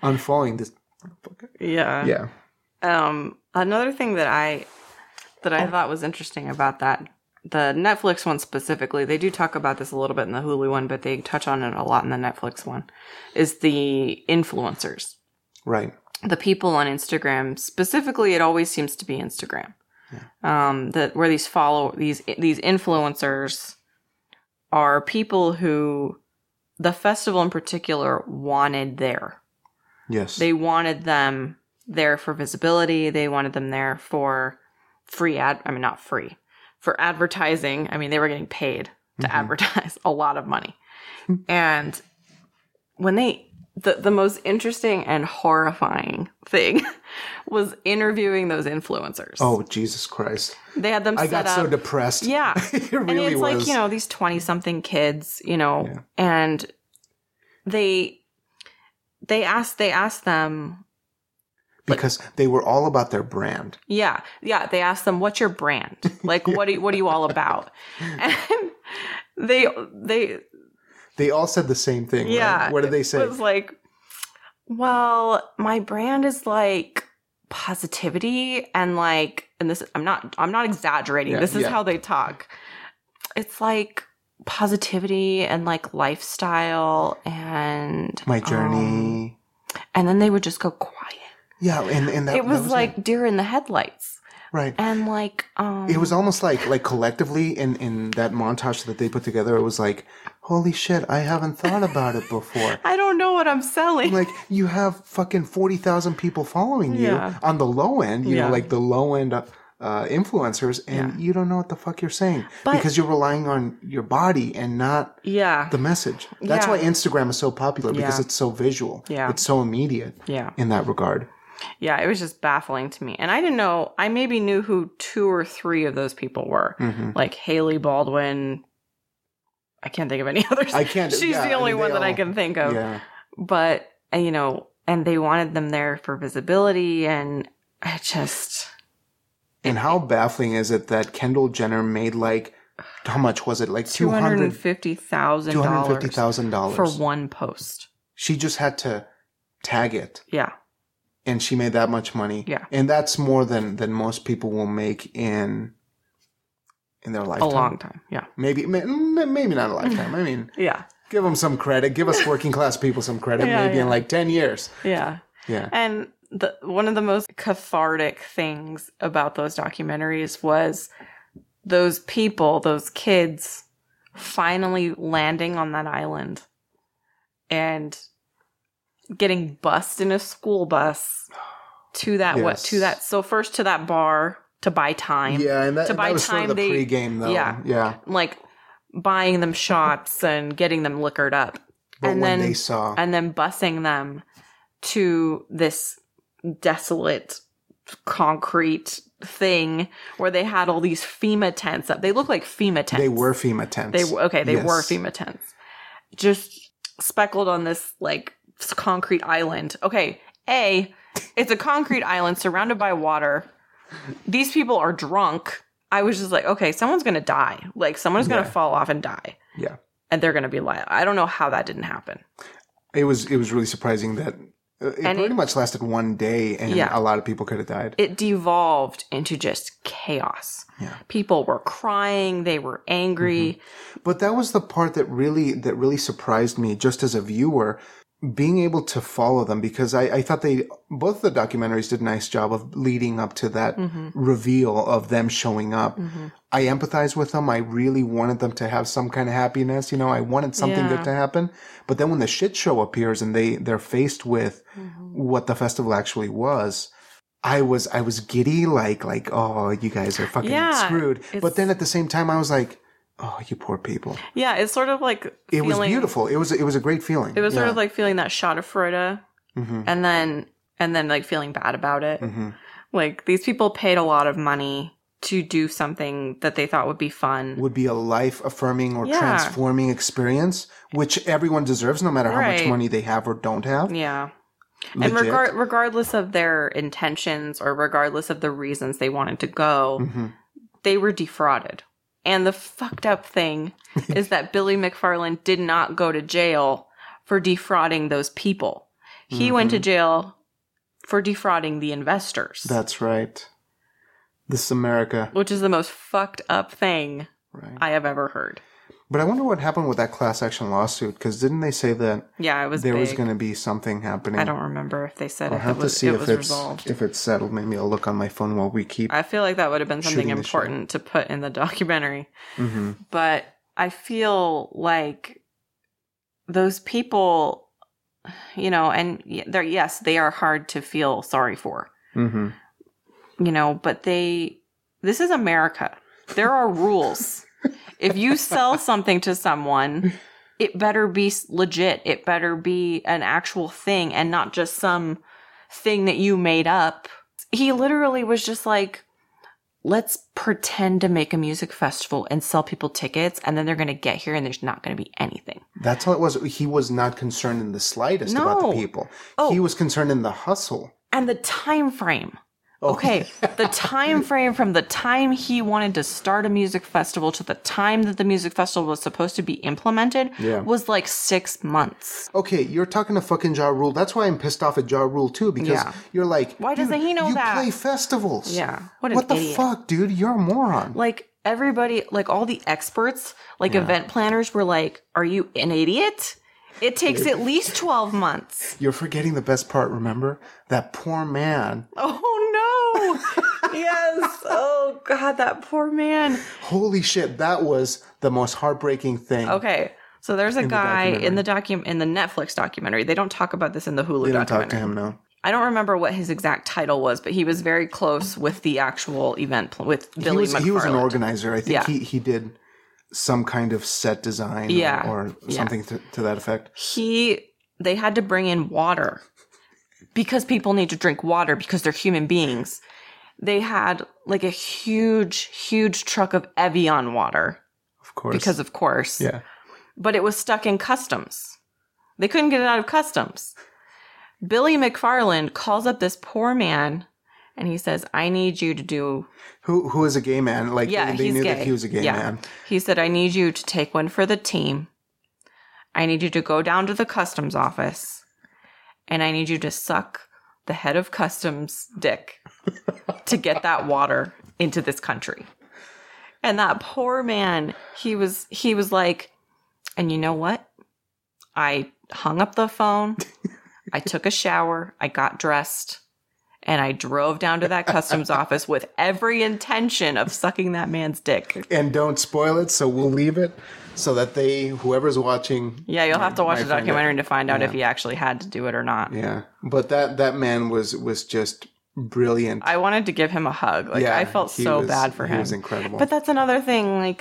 [SPEAKER 1] unfollowing this.
[SPEAKER 2] Yeah.
[SPEAKER 1] Yeah,
[SPEAKER 2] Um, another thing that I that I thought was interesting about that the Netflix one specifically, they do talk about this a little bit in the Hulu one, but they touch on it a lot in the Netflix one, is the influencers,
[SPEAKER 1] Right.
[SPEAKER 2] the people on Instagram. Specifically, it always seems to be Instagram. Um, that where these follow these these influencers are people who the festival in particular wanted there.
[SPEAKER 1] Yes.
[SPEAKER 2] They wanted them there for visibility. They wanted them there for free ad. I mean, not free for advertising. I mean, they were getting paid to
[SPEAKER 1] Mhm.
[SPEAKER 2] advertise a lot of money. and when they, the, the most interesting and horrifying thing was interviewing those influencers.
[SPEAKER 1] oh Jesus Christ!
[SPEAKER 2] they had them
[SPEAKER 1] I
[SPEAKER 2] set
[SPEAKER 1] got
[SPEAKER 2] up.
[SPEAKER 1] so depressed.
[SPEAKER 2] yeah.
[SPEAKER 1] it really
[SPEAKER 2] and it's
[SPEAKER 1] was.
[SPEAKER 2] like you know these 20 something kids you know
[SPEAKER 1] Yeah.
[SPEAKER 2] and they they asked they asked them
[SPEAKER 1] because they were all about their brand.
[SPEAKER 2] yeah yeah they asked them what's your brand like what are, you- what are you all about and they they
[SPEAKER 1] They all said the same thing. right?
[SPEAKER 2] Yeah.
[SPEAKER 1] What did they say?
[SPEAKER 2] was like well my brand is like positivity and like and this i'm not i'm not exaggerating
[SPEAKER 1] Yeah,
[SPEAKER 2] this is
[SPEAKER 1] yeah.
[SPEAKER 2] how they talk it's like positivity and like lifestyle and
[SPEAKER 1] My
[SPEAKER 2] um,
[SPEAKER 1] journey.
[SPEAKER 2] and then they would just go quiet
[SPEAKER 1] yeah, and and that
[SPEAKER 2] it
[SPEAKER 1] that
[SPEAKER 2] was,
[SPEAKER 1] it.
[SPEAKER 2] like deer in the headlights
[SPEAKER 1] right.
[SPEAKER 2] and like um
[SPEAKER 1] it was almost like like collectively in in that montage that they put together it was like holy shit i haven't thought about it before
[SPEAKER 2] i don't know what i'm selling
[SPEAKER 1] like you have fucking 40,000 people following you
[SPEAKER 2] Yeah.
[SPEAKER 1] on the low end you
[SPEAKER 2] Yeah.
[SPEAKER 1] know like the low end uh, uh, influencers and
[SPEAKER 2] Yeah.
[SPEAKER 1] you don't know what the fuck you're saying
[SPEAKER 2] But-
[SPEAKER 1] because you're relying on your body and not
[SPEAKER 2] yeah
[SPEAKER 1] the message that's
[SPEAKER 2] Yeah.
[SPEAKER 1] why instagram is so popular because
[SPEAKER 2] Yeah.
[SPEAKER 1] it's so visual
[SPEAKER 2] Yeah.
[SPEAKER 1] it's so immediate
[SPEAKER 2] yeah
[SPEAKER 1] in that regard
[SPEAKER 2] Yeah, it was just baffling to me. And I didn't know, I maybe knew who two or three of those people were.
[SPEAKER 1] hmm
[SPEAKER 2] Like Haley Baldwin. I can't think of any others.
[SPEAKER 1] I can't-
[SPEAKER 2] She's
[SPEAKER 1] yeah,
[SPEAKER 2] the
[SPEAKER 1] I
[SPEAKER 2] only
[SPEAKER 1] mean,
[SPEAKER 2] one
[SPEAKER 1] they
[SPEAKER 2] that I
[SPEAKER 1] all-
[SPEAKER 2] can think of.
[SPEAKER 1] yeah
[SPEAKER 2] But, uh, you know, and they wanted them there for visibility. And I just,
[SPEAKER 1] and how baffling is it that kendall jenner made like how much was it like 200 Two hundred fifty
[SPEAKER 2] $250,000
[SPEAKER 1] thousand
[SPEAKER 2] for
[SPEAKER 1] dollars.
[SPEAKER 2] one post.
[SPEAKER 1] She just had to tag it,
[SPEAKER 2] Yeah.
[SPEAKER 1] and she made that much money.
[SPEAKER 2] Yeah.
[SPEAKER 1] and that's more than than most people will make in in their
[SPEAKER 2] A
[SPEAKER 1] lifetime.
[SPEAKER 2] long time. Yeah.
[SPEAKER 1] Maybe may- m- maybe not a lifetime. I mean,
[SPEAKER 2] Yeah.
[SPEAKER 1] give them some credit. Give us working class people some credit.
[SPEAKER 2] Yeah,
[SPEAKER 1] maybe in
[SPEAKER 2] yeah.
[SPEAKER 1] like ten years.
[SPEAKER 2] Yeah.
[SPEAKER 1] Yeah.
[SPEAKER 2] And the one of the most cathartic things about those documentaries was those people, those kids finally landing on that island and getting bussed in a school bus to that what
[SPEAKER 1] Yes.
[SPEAKER 2] to that so first to that bar to buy time.
[SPEAKER 1] Yeah, and that,
[SPEAKER 2] To buy
[SPEAKER 1] that was sort
[SPEAKER 2] time
[SPEAKER 1] of the
[SPEAKER 2] they-
[SPEAKER 1] pregame though.
[SPEAKER 2] yeah.
[SPEAKER 1] yeah.
[SPEAKER 2] Like buying them shots and getting them liquored up.
[SPEAKER 1] But
[SPEAKER 2] And
[SPEAKER 1] when
[SPEAKER 2] then-
[SPEAKER 1] they saw,
[SPEAKER 2] and then busing them to this desolate concrete thing where they had all these FEMA tents up. They look like FEMA tents.
[SPEAKER 1] they were FEMA tents.
[SPEAKER 2] They were okay. They were
[SPEAKER 1] Yes.
[SPEAKER 2] FEMA tents, just speckled on this like s- concrete island. Okay, a it's a concrete island surrounded by water. These people are drunk. I was just like, okay, someone's gonna die. Like someone's gonna
[SPEAKER 1] Yeah.
[SPEAKER 2] fall off and die.
[SPEAKER 1] Yeah.
[SPEAKER 2] and they're gonna be like, I don't know how that didn't happen.
[SPEAKER 1] It was it was really surprising that uh, it
[SPEAKER 2] And
[SPEAKER 1] pretty
[SPEAKER 2] it-
[SPEAKER 1] much lasted one day, and
[SPEAKER 2] Yeah.
[SPEAKER 1] a lot of people could have died.
[SPEAKER 2] it devolved into just chaos.
[SPEAKER 1] Yeah.
[SPEAKER 2] People were crying, they were angry.
[SPEAKER 1] But that was the part that really that really surprised me just as a viewer being able to follow them because I, I thought they both the documentaries did a nice job of leading up to that
[SPEAKER 2] Mm-hmm.
[SPEAKER 1] reveal of them showing up. I empathize with them. I really wanted them to have some kind of happiness, you know, I wanted something
[SPEAKER 2] Yeah.
[SPEAKER 1] good to happen. But then when the shit show appears and they they're faced with
[SPEAKER 2] Mm-hmm.
[SPEAKER 1] what the festival actually was, I was I was giddy like like oh you guys are fucking
[SPEAKER 2] Yeah,
[SPEAKER 1] screwed.
[SPEAKER 2] it's-
[SPEAKER 1] But then at the same time I was like oh you poor people.
[SPEAKER 2] Yeah, it's sort of like
[SPEAKER 1] It
[SPEAKER 2] feeling
[SPEAKER 1] was beautiful. It was it was a great feeling. Mm-hmm.
[SPEAKER 2] It was sort of like feeling that shot of Freuda and then and then like feeling bad about it.
[SPEAKER 1] hmm
[SPEAKER 2] Like these people paid a lot of money to do something that they thought would be fun.
[SPEAKER 1] would be a life affirming or
[SPEAKER 2] Yeah.
[SPEAKER 1] transforming experience, which everyone deserves, no matter how much
[SPEAKER 2] Right.
[SPEAKER 1] money they have or don't have.
[SPEAKER 2] yeah. And
[SPEAKER 1] Legit.
[SPEAKER 2] regard regardless of their intentions or regardless of the reasons they wanted to go,
[SPEAKER 1] Mhm.
[SPEAKER 2] they were defrauded. And the fucked up thing is that Billy McFarland did not go to jail for defrauding those people.
[SPEAKER 1] Mm-hmm.
[SPEAKER 2] He went to jail for defrauding the investors.
[SPEAKER 1] That's right. This is America,
[SPEAKER 2] which is the most fucked up thing
[SPEAKER 1] right?
[SPEAKER 2] I have ever heard.
[SPEAKER 1] But I wonder what happened with that class action lawsuit because didn't they say that
[SPEAKER 2] Yeah, it was
[SPEAKER 1] there
[SPEAKER 2] big.
[SPEAKER 1] was going to be something happening?
[SPEAKER 2] I don't remember if they said
[SPEAKER 1] I'll
[SPEAKER 2] if it
[SPEAKER 1] have to
[SPEAKER 2] was,
[SPEAKER 1] see
[SPEAKER 2] it
[SPEAKER 1] if
[SPEAKER 2] was
[SPEAKER 1] it's
[SPEAKER 2] resolved.
[SPEAKER 1] if it's settled. Maybe I'll look on my phone while we keep.
[SPEAKER 2] I feel like that would have been something
[SPEAKER 1] Shooting the shit.
[SPEAKER 2] important to put in the documentary.
[SPEAKER 1] hmm
[SPEAKER 2] but I feel like those people, you know, and y- they're, yes, they are hard to feel sorry for,
[SPEAKER 1] hmm
[SPEAKER 2] you know, but they, this is America. There are rules. If you sell something to someone, it better be s- legit. It better be an actual thing and not just some thing that you made up. He literally was just like, let's pretend to make a music festival and sell people tickets, and then they're going to get here and there's not going to be anything.
[SPEAKER 1] That's how it was. He was not concerned in the slightest about the
[SPEAKER 2] No.
[SPEAKER 1] people.
[SPEAKER 2] Oh.
[SPEAKER 1] He was concerned in the hustle.
[SPEAKER 2] And the time frame.
[SPEAKER 1] Oh,
[SPEAKER 2] Okay, the time frame from the time he wanted to start a music festival to the time that the music festival was supposed to be implemented
[SPEAKER 1] Yeah.
[SPEAKER 2] was like 6 months.
[SPEAKER 1] Okay, you're talking to fucking Ja Rule. That's why I'm pissed off at Ja Rule too, because
[SPEAKER 2] Yeah.
[SPEAKER 1] you're like,
[SPEAKER 2] Why
[SPEAKER 1] dude,
[SPEAKER 2] doesn't he know
[SPEAKER 1] you
[SPEAKER 2] that?
[SPEAKER 1] play festivals.
[SPEAKER 2] Yeah. What an
[SPEAKER 1] What the
[SPEAKER 2] idiot.
[SPEAKER 1] fuck, dude? You're a moron.
[SPEAKER 2] like everybody like all the experts like event planners were like are you an idiot it takes at least 12 months
[SPEAKER 1] You're forgetting the best part, remember? That poor man.
[SPEAKER 2] oh no yes oh god that poor man
[SPEAKER 1] Holy shit, that was the most heartbreaking thing.
[SPEAKER 2] okay so there's a guy in
[SPEAKER 1] documentary.
[SPEAKER 2] the docu- in the netflix documentary they don't talk about this in the hulu
[SPEAKER 1] They don't
[SPEAKER 2] documentary
[SPEAKER 1] talk to him now.
[SPEAKER 2] i don't remember what his exact title was but he was very close with the actual event pl- with billy
[SPEAKER 1] he, was, he was an
[SPEAKER 2] McFarland.
[SPEAKER 1] organizer. I think
[SPEAKER 2] Yeah.
[SPEAKER 1] he, he did some kind of set design or-
[SPEAKER 2] Yeah.
[SPEAKER 1] or,
[SPEAKER 2] Yeah.
[SPEAKER 1] something to, to that effect.
[SPEAKER 2] he they had to bring in water because people need to drink water because they're human beings they had like a huge huge truck of evian water
[SPEAKER 1] Of course.
[SPEAKER 2] because of course
[SPEAKER 1] yeah.
[SPEAKER 2] but it was stuck in customs they couldn't get it out of customs billy mcfarland calls up this poor man and he says i need you to do
[SPEAKER 1] Who who is a gay man? Like
[SPEAKER 2] Yeah,
[SPEAKER 1] they, they
[SPEAKER 2] he's
[SPEAKER 1] knew
[SPEAKER 2] gay.
[SPEAKER 1] that he was a gay
[SPEAKER 2] Yeah.
[SPEAKER 1] man.
[SPEAKER 2] He said, I need you to take one for the team. I need you to go down to the customs office and I need you to suck the head of customs dick to get that water into this country. And that poor man, he was he was like, and you know what? I hung up the phone. I took a shower. I got dressed. And I drove down to that customs office with every intention of sucking that man's dick.
[SPEAKER 1] And don't spoil it, so we'll leave it so that they whoever's watching
[SPEAKER 2] Yeah, you'll have to watch
[SPEAKER 1] might
[SPEAKER 2] the
[SPEAKER 1] find out.
[SPEAKER 2] documentary to find out if he actually had to do it or not.
[SPEAKER 1] Yeah. But that that man was was just brilliant.
[SPEAKER 2] I wanted to give him a hug. Like
[SPEAKER 1] yeah,
[SPEAKER 2] I felt
[SPEAKER 1] he
[SPEAKER 2] so
[SPEAKER 1] was-
[SPEAKER 2] bad for
[SPEAKER 1] He
[SPEAKER 2] him.
[SPEAKER 1] was incredible.
[SPEAKER 2] But that's another thing like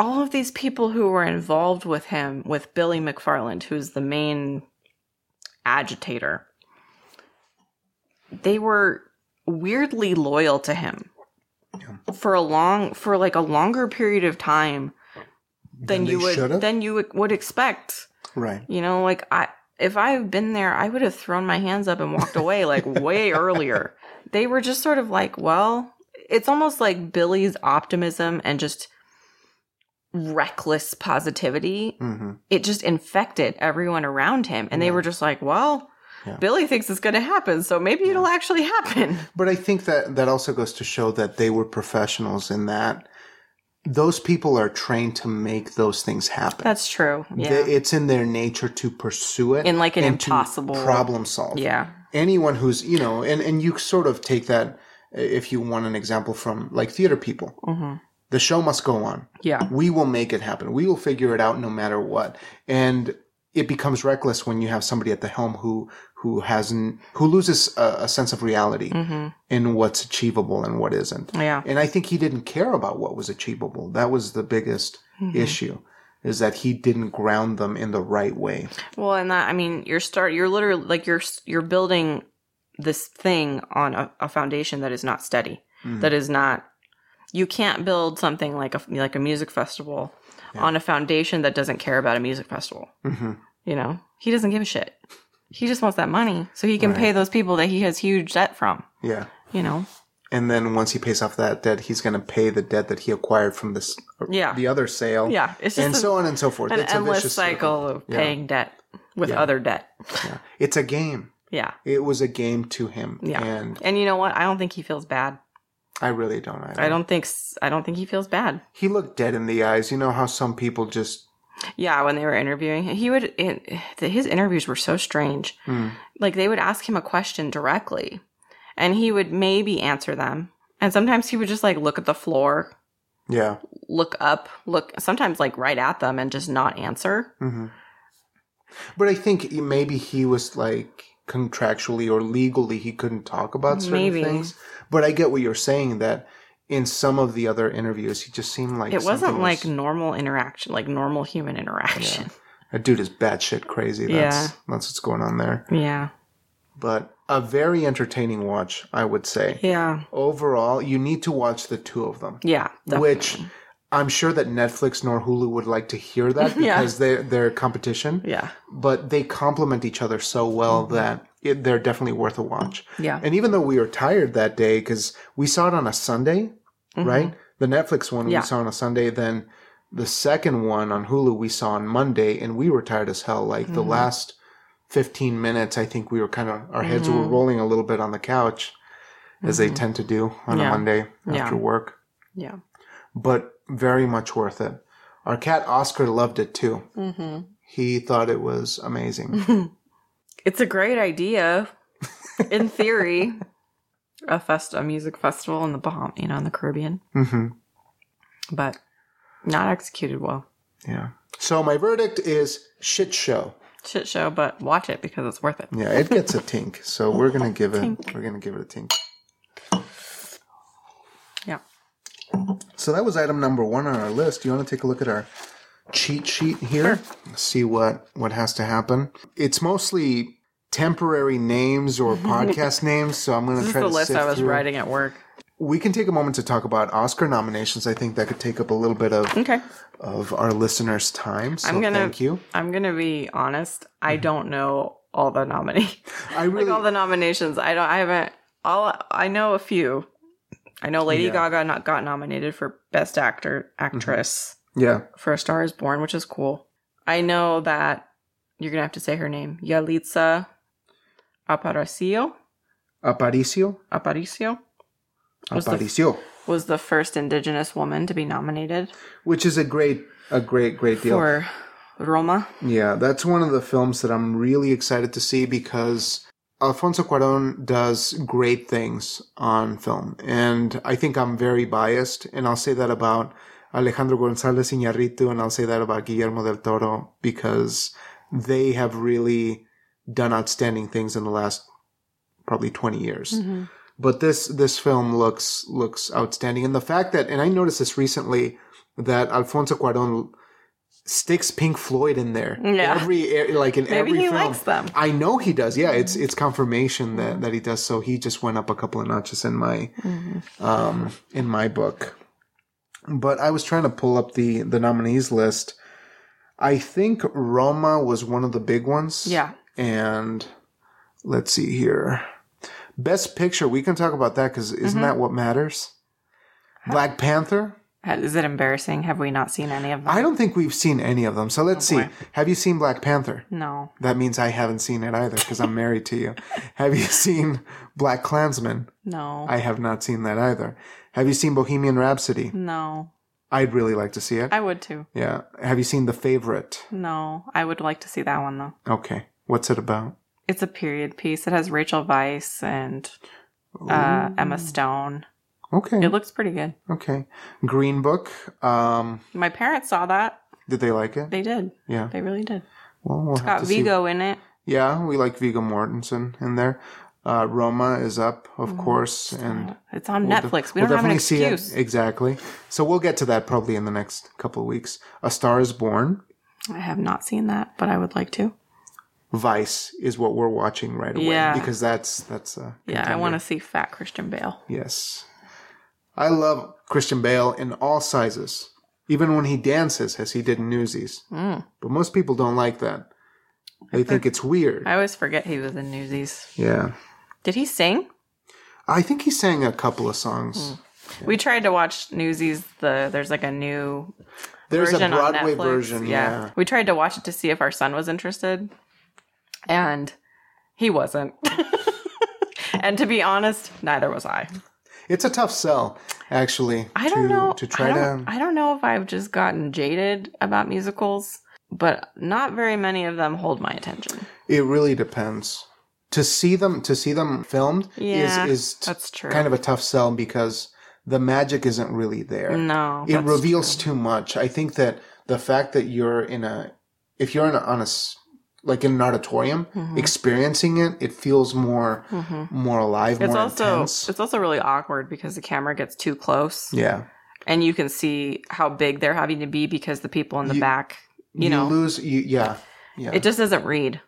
[SPEAKER 2] all of these people who were involved with him with Billy McFarland who's the main agitator. They were weirdly loyal to him. For a long for like a longer period of time than,
[SPEAKER 1] Than
[SPEAKER 2] you
[SPEAKER 1] they
[SPEAKER 2] would
[SPEAKER 1] should've?
[SPEAKER 2] than you would- would expect.
[SPEAKER 1] right.
[SPEAKER 2] You know, like I if I had been there, I would have thrown my hands up and walked away like way earlier. They were just sort of like, well, it's almost like Billy's optimism and just reckless positivity.
[SPEAKER 1] hmm
[SPEAKER 2] It just infected everyone around him. And they
[SPEAKER 1] Yeah.
[SPEAKER 2] were just like, well,
[SPEAKER 1] Yeah.
[SPEAKER 2] Billy thinks it's going to happen. So maybe it'll actually happen.
[SPEAKER 1] But I think that that also goes to show that they were professionals in that those people are trained to make those things happen.
[SPEAKER 2] That's true. Yeah.
[SPEAKER 1] They- it's in their nature to pursue it
[SPEAKER 2] In, like, an
[SPEAKER 1] and to
[SPEAKER 2] impossible-
[SPEAKER 1] problem solve.
[SPEAKER 2] yeah.
[SPEAKER 1] anyone who's you know and and you sort of take that uh, if you want an example from like theater people
[SPEAKER 2] hmm
[SPEAKER 1] the show must go on
[SPEAKER 2] Yeah.
[SPEAKER 1] we will make it happen we will figure it out no matter what and it becomes reckless when you have somebody at the helm who who hasn't who loses a, a sense of reality
[SPEAKER 2] hmm
[SPEAKER 1] in what's achievable and what isn't
[SPEAKER 2] Yeah.
[SPEAKER 1] and i think he didn't care about what was achievable that was the biggest
[SPEAKER 2] Mhm.
[SPEAKER 1] issue is that he didn't ground them in the right way
[SPEAKER 2] Well, and that I mean, you're start you're literally like you're s- you're building this thing on a, a foundation that is not steady.
[SPEAKER 1] Mhm.
[SPEAKER 2] that is not you can't build something like a like a music festival
[SPEAKER 1] Yeah.
[SPEAKER 2] on a foundation that doesn't care about a music festival.
[SPEAKER 1] Mhm.
[SPEAKER 2] You know, he doesn't give a shit. He just wants that money so he can
[SPEAKER 1] Right.
[SPEAKER 2] pay those people that he has huge debt from.
[SPEAKER 1] yeah
[SPEAKER 2] You know,
[SPEAKER 1] and then once he pays off that debt, he's going to pay the debt that he acquired from this
[SPEAKER 2] Yeah.
[SPEAKER 1] the other sale,
[SPEAKER 2] yeah, it's just
[SPEAKER 1] and
[SPEAKER 2] a-
[SPEAKER 1] so on and so forth.
[SPEAKER 2] an
[SPEAKER 1] it's a
[SPEAKER 2] endless
[SPEAKER 1] vicious
[SPEAKER 2] cycle of
[SPEAKER 1] Yeah.
[SPEAKER 2] paying debt with
[SPEAKER 1] Yeah.
[SPEAKER 2] other debt.
[SPEAKER 1] circle. Yeah. It's a game.
[SPEAKER 2] Yeah,
[SPEAKER 1] It was a game to him,
[SPEAKER 2] Yeah.
[SPEAKER 1] and
[SPEAKER 2] and you know what? I don't think he feels bad.
[SPEAKER 1] I really don't either.
[SPEAKER 2] I don't think s- I don't think he feels bad.
[SPEAKER 1] He looked dead in the eyes. You know how some people just.
[SPEAKER 2] Yeah, when they were interviewing, he would it, the, his interviews were so strange.
[SPEAKER 1] Hmm.
[SPEAKER 2] Like they would ask him a question directly, and he would maybe answer them. And sometimes he would just like look at the floor,
[SPEAKER 1] Yeah.
[SPEAKER 2] look up, look sometimes like right at them and just not answer.
[SPEAKER 1] hmm But I think he- maybe he was like contractually or legally he couldn't talk about certain
[SPEAKER 2] Maybe.
[SPEAKER 1] things. But I get what you're saying that in some of the other interviews he just seemed like
[SPEAKER 2] it wasn't
[SPEAKER 1] something
[SPEAKER 2] like
[SPEAKER 1] was-
[SPEAKER 2] normal interaction, like normal human interaction.
[SPEAKER 1] that dude is batshit crazy.
[SPEAKER 2] Yeah.
[SPEAKER 1] That's that's what's going on there.
[SPEAKER 2] Yeah.
[SPEAKER 1] But a very entertaining watch, I would say.
[SPEAKER 2] Yeah.
[SPEAKER 1] Overall, you need to watch the two of them.
[SPEAKER 2] Yeah.
[SPEAKER 1] Which I'm sure that Netflix nor Hulu would like to hear that
[SPEAKER 2] Yeah.
[SPEAKER 1] because they they're competition,
[SPEAKER 2] Yeah.
[SPEAKER 1] but they complement each other so well
[SPEAKER 2] Mm-hmm.
[SPEAKER 1] that it, they're definitely worth a watch.
[SPEAKER 2] Yeah.
[SPEAKER 1] And even though we were tired that day because we saw it on a Sunday, right? The Netflix one
[SPEAKER 2] Mm-hmm. Yeah.
[SPEAKER 1] we saw on a Sunday, then the second one on Hulu we saw on Monday, and we were tired as hell. Like
[SPEAKER 2] Mm-hmm.
[SPEAKER 1] the last 15 minutes, I think we were kind of, our heads
[SPEAKER 2] Mm-hmm.
[SPEAKER 1] were rolling a little bit on the couch, as they tend to do on
[SPEAKER 2] Yeah.
[SPEAKER 1] a Monday
[SPEAKER 2] Yeah.
[SPEAKER 1] after work,
[SPEAKER 2] Yeah.
[SPEAKER 1] but very much worth it. Our cat Oscar loved it too.
[SPEAKER 2] Mm-hmm.
[SPEAKER 1] He thought it was amazing.
[SPEAKER 2] It's a great idea, in theory. a fest, a music festival in the Baham, you know, in the Caribbean,
[SPEAKER 1] hmm
[SPEAKER 2] but not executed well.
[SPEAKER 1] Yeah. So my verdict is shit show.
[SPEAKER 2] Shit show, but watch it because it's worth it.
[SPEAKER 1] Yeah, it gets a tink. So we're gonna give it we're gonna give it a tink.
[SPEAKER 2] Yeah.
[SPEAKER 1] So that was item number one on our list. You want to take a look at our cheat sheet here, see what what has to happen. It's mostly temporary names or podcast names, so I'm going
[SPEAKER 2] This
[SPEAKER 1] to
[SPEAKER 2] is
[SPEAKER 1] try
[SPEAKER 2] the
[SPEAKER 1] to
[SPEAKER 2] list
[SPEAKER 1] sift
[SPEAKER 2] I was
[SPEAKER 1] through.
[SPEAKER 2] writing at work.
[SPEAKER 1] We can take a moment to talk about Oscar nominations. I think that could take up a little bit of
[SPEAKER 2] Okay.
[SPEAKER 1] of our listeners' time. So
[SPEAKER 2] I'm gonna-
[SPEAKER 1] thank you.
[SPEAKER 2] I'm going to be honest. I don't know all the nominee,
[SPEAKER 1] I Mm-hmm. really
[SPEAKER 2] like all the nominations. I don't, I haven't, all, I know a few. I know Lady
[SPEAKER 1] Yeah.
[SPEAKER 2] Gaga not got nominated for Best Actor, Actress.
[SPEAKER 1] yeah.
[SPEAKER 2] for A Star is Born, which is cool. I know that you're going to have to say her name Yalitza Aparicio.
[SPEAKER 1] Aparicio.
[SPEAKER 2] Aparicio Was the-
[SPEAKER 1] Aparicio.
[SPEAKER 2] was the first indigenous woman to be nominated
[SPEAKER 1] which is a great a great great deal
[SPEAKER 2] for Roma.
[SPEAKER 1] yeah that's one of the films that i'm really excited to see because alfonso cuaron does great things on film and i think i'm very biased and i'll say that about alejandro gonzalez iñárritu and i'll say that about guillermo del toro because they have really done outstanding things in the last probably 20 years but this this film looks looks outstanding and the fact that and i noticed this recently that alfonso cuaron sticks pink floyd in there
[SPEAKER 2] Yeah.
[SPEAKER 1] every e, like in
[SPEAKER 2] Maybe
[SPEAKER 1] every
[SPEAKER 2] he
[SPEAKER 1] film
[SPEAKER 2] likes Mm-hmm. them.
[SPEAKER 1] i know he does yeah it's it's confirmation that that he does so he just went up a couple of notches in my
[SPEAKER 2] Mm-hmm.
[SPEAKER 1] um in my book but i was trying to pull up the the nominees list i think roma was one of the big ones
[SPEAKER 2] Yeah.
[SPEAKER 1] and let's see here. Best picture, we can talk about that because isn't
[SPEAKER 2] Mm-hmm.
[SPEAKER 1] that what matters? Black Panther?
[SPEAKER 2] Is it embarrassing? Have we not seen any of them?
[SPEAKER 1] I don't think we've seen any of them. So
[SPEAKER 2] Oh,
[SPEAKER 1] let's see. Have you seen Black Panther?
[SPEAKER 2] no.
[SPEAKER 1] That means I haven't seen it either because I'm married to you. Have you seen Black Klansman?
[SPEAKER 2] No.
[SPEAKER 1] I have not seen that either. Have you seen Bohemian Rhapsody?
[SPEAKER 2] no.
[SPEAKER 1] I'd really like to see it.
[SPEAKER 2] I would too.
[SPEAKER 1] Yeah. Have you seen The Favorite?
[SPEAKER 2] No. I would like to see that one though.
[SPEAKER 1] Okay. What's it about?
[SPEAKER 2] It's a period piece. It has Rachel Weisz and uh, Emma Stone. It
[SPEAKER 1] Okay.
[SPEAKER 2] looks pretty good.
[SPEAKER 1] Okay. Green Book. Um,
[SPEAKER 2] My parents saw that.
[SPEAKER 1] did they like it?
[SPEAKER 2] They did.
[SPEAKER 1] Yeah.
[SPEAKER 2] They really did.
[SPEAKER 1] Well, we'll have
[SPEAKER 2] Got
[SPEAKER 1] to see.
[SPEAKER 2] Vigo in it.
[SPEAKER 1] Yeah, we like Vigo Mortensen in there. Uh, Roma is up, of course, and
[SPEAKER 2] Mm, It's on
[SPEAKER 1] we'll de-
[SPEAKER 2] Netflix. We
[SPEAKER 1] we'll
[SPEAKER 2] don't have an
[SPEAKER 1] definitely see it.
[SPEAKER 2] excuse.
[SPEAKER 1] Exactly. So we'll get to that probably in the next couple of weeks. A Star is Born,
[SPEAKER 2] I have not seen that, but I would like to.
[SPEAKER 1] Vice is what we're watching right away
[SPEAKER 2] Yeah.
[SPEAKER 1] because that's that's uh,
[SPEAKER 2] Yeah, I want to see Fat Christian Bale.
[SPEAKER 1] yes. I love Christian Bale in all sizes, even when he dances as he did in Newsies.
[SPEAKER 2] Mm.
[SPEAKER 1] But most people don't like that. They think it's weird.
[SPEAKER 2] I always forget he was in Newsies.
[SPEAKER 1] yeah.
[SPEAKER 2] Did he sing?
[SPEAKER 1] I think he sang a couple of
[SPEAKER 2] Mm.
[SPEAKER 1] songs.
[SPEAKER 2] We tried to watch Newsies. The there's like a new
[SPEAKER 1] There's
[SPEAKER 2] version
[SPEAKER 1] a Broadway
[SPEAKER 2] on Netflix.
[SPEAKER 1] version, yeah.
[SPEAKER 2] we tried to watch it to see if our son was interested, and he wasn't. and to be honest, neither was I.
[SPEAKER 1] It's a tough sell, actually.
[SPEAKER 2] I don't
[SPEAKER 1] to,
[SPEAKER 2] know.
[SPEAKER 1] to try
[SPEAKER 2] I don't,
[SPEAKER 1] to.
[SPEAKER 2] I don't know if I've just gotten jaded about musicals, but not very many of them hold my attention.
[SPEAKER 1] It really depends. To see them, to see them filmed
[SPEAKER 2] Yeah,
[SPEAKER 1] is is t-
[SPEAKER 2] That's true.
[SPEAKER 1] kind of a tough sell because the magic isn't really there.
[SPEAKER 2] no.
[SPEAKER 1] it
[SPEAKER 2] that's
[SPEAKER 1] reveals
[SPEAKER 2] true.
[SPEAKER 1] too much. I think that the fact that you're in a, if you're in a, on a, s- like in an auditorium,
[SPEAKER 2] Mhm.
[SPEAKER 1] experiencing it, it feels more
[SPEAKER 2] Mhm.
[SPEAKER 1] more alive,
[SPEAKER 2] It's
[SPEAKER 1] more
[SPEAKER 2] also
[SPEAKER 1] intense.
[SPEAKER 2] it's also really awkward because the camera gets too close,
[SPEAKER 1] yeah,
[SPEAKER 2] and you can see how big they're having to be because the people in the
[SPEAKER 1] You-
[SPEAKER 2] back, you know,
[SPEAKER 1] lose. You, yeah, yeah,
[SPEAKER 2] it just doesn't read.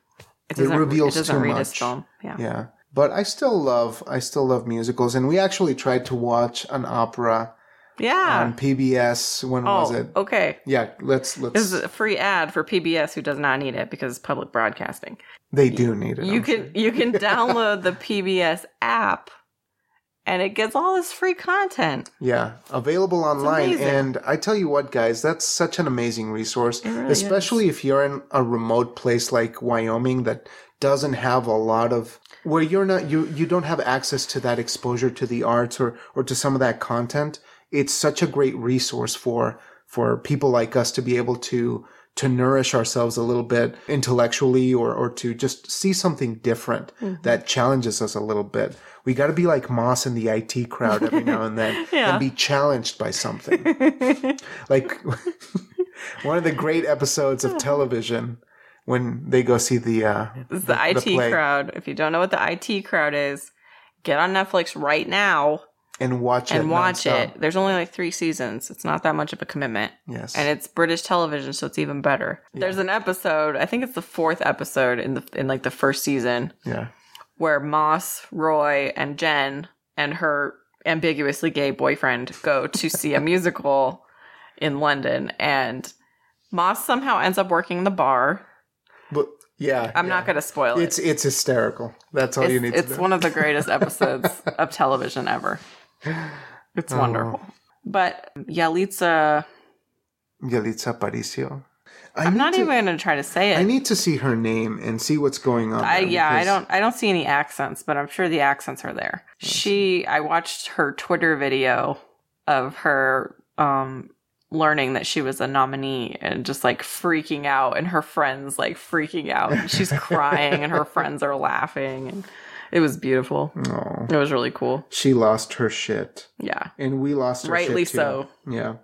[SPEAKER 1] It reveals
[SPEAKER 2] it doesn't
[SPEAKER 1] too
[SPEAKER 2] read as
[SPEAKER 1] much.
[SPEAKER 2] film. Yeah.
[SPEAKER 1] yeah. But I still love I still love musicals, and we actually tried to watch an opera
[SPEAKER 2] Yeah.
[SPEAKER 1] on PBS. When Um, was
[SPEAKER 2] Ah. oh,
[SPEAKER 1] it?
[SPEAKER 2] okay.
[SPEAKER 1] Yeah, let's let's.
[SPEAKER 2] This is a free ad for PBS who does not need it because it's public broadcasting.
[SPEAKER 1] they do need it.
[SPEAKER 2] You
[SPEAKER 1] I'm
[SPEAKER 2] can you can download the PBS app and it gets all this free content.
[SPEAKER 1] Yeah, available online.
[SPEAKER 2] amazing.
[SPEAKER 1] And I tell you what, guys, that's such an amazing resource,
[SPEAKER 2] It really
[SPEAKER 1] especially if you're in a remote place like Wyoming that doesn't have a lot of where you're not you you don't have access to that exposure to the arts or or to some of that content. It's such a great resource for for people like us to be able to to nourish ourselves a little bit intellectually or or to just see something different that challenges us a little bit. We got to be like Moss in the IT crowd every now and then
[SPEAKER 2] Yeah.
[SPEAKER 1] and be challenged by something. like one of the great episodes of television when they go see the uh
[SPEAKER 2] This is the,
[SPEAKER 1] the
[SPEAKER 2] IT
[SPEAKER 1] play.
[SPEAKER 2] crowd. If you don't know what the IT crowd is, get on Netflix right now
[SPEAKER 1] and watch it
[SPEAKER 2] and watch
[SPEAKER 1] nonstop.
[SPEAKER 2] it. There's only like 3 seasons. It's not that much of a commitment.
[SPEAKER 1] Yes.
[SPEAKER 2] and it's British television, so it's even better. There's an episode, I think it's the fourth episode in the in like the first season,
[SPEAKER 1] yeah.
[SPEAKER 2] where Moss, Roy, and Jen and her ambiguously gay boyfriend go to see a musical in London, and Moss somehow ends up working the bar.
[SPEAKER 1] But yeah.
[SPEAKER 2] I'm not going to spoil
[SPEAKER 1] It's
[SPEAKER 2] it.
[SPEAKER 1] it's hysterical. That's all
[SPEAKER 2] It's,
[SPEAKER 1] you need
[SPEAKER 2] it's
[SPEAKER 1] to know.
[SPEAKER 2] one of the greatest episodes of television ever. It's
[SPEAKER 1] Oh.
[SPEAKER 2] wonderful. But Yalitza,
[SPEAKER 1] Yalitza Aparicio. I
[SPEAKER 2] I'm
[SPEAKER 1] need
[SPEAKER 2] not
[SPEAKER 1] to-
[SPEAKER 2] even going to try to say it.
[SPEAKER 1] I need to see her name and see what's going on.
[SPEAKER 2] I
[SPEAKER 1] there
[SPEAKER 2] yeah, I
[SPEAKER 1] because-
[SPEAKER 2] don't I don't see any accents, but I'm sure the accents are there. She I watched her Twitter video of her um learning that she was a nominee and just like freaking out and her friends like freaking out and she's crying and her friends are laughing and it was beautiful.
[SPEAKER 1] Aw.
[SPEAKER 2] It was really cool.
[SPEAKER 1] oh, She lost her shit,
[SPEAKER 2] Yeah.
[SPEAKER 1] and we lost her
[SPEAKER 2] Rightly
[SPEAKER 1] shit too.
[SPEAKER 2] so.
[SPEAKER 1] Yeah,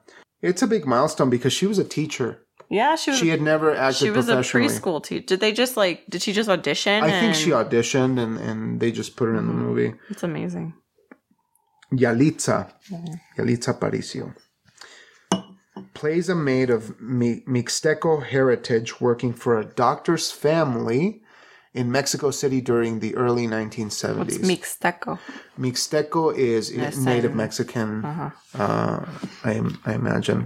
[SPEAKER 1] it's a big milestone because she was a teacher.
[SPEAKER 2] Yeah, she was
[SPEAKER 1] She had never acted
[SPEAKER 2] she was a
[SPEAKER 1] professionally.
[SPEAKER 2] preschool teacher. Did they just like did she just audition?
[SPEAKER 1] I think she
[SPEAKER 2] and-
[SPEAKER 1] auditioned and, and they just put her in the
[SPEAKER 2] Mhm.
[SPEAKER 1] movie.
[SPEAKER 2] It's amazing.
[SPEAKER 1] Yalitza.
[SPEAKER 2] Mhm.
[SPEAKER 1] Yalitza Paricio. Plays a maid of Mi- Mixteco heritage working for a doctor's family in Mexico City during the early 1970s.
[SPEAKER 2] What's mixteco?
[SPEAKER 1] Mixteco is i-
[SPEAKER 2] Yes,
[SPEAKER 1] native
[SPEAKER 2] I'm-
[SPEAKER 1] Mexican,
[SPEAKER 2] Uh-huh. Mm-hmm.
[SPEAKER 1] uh, I, I imagine.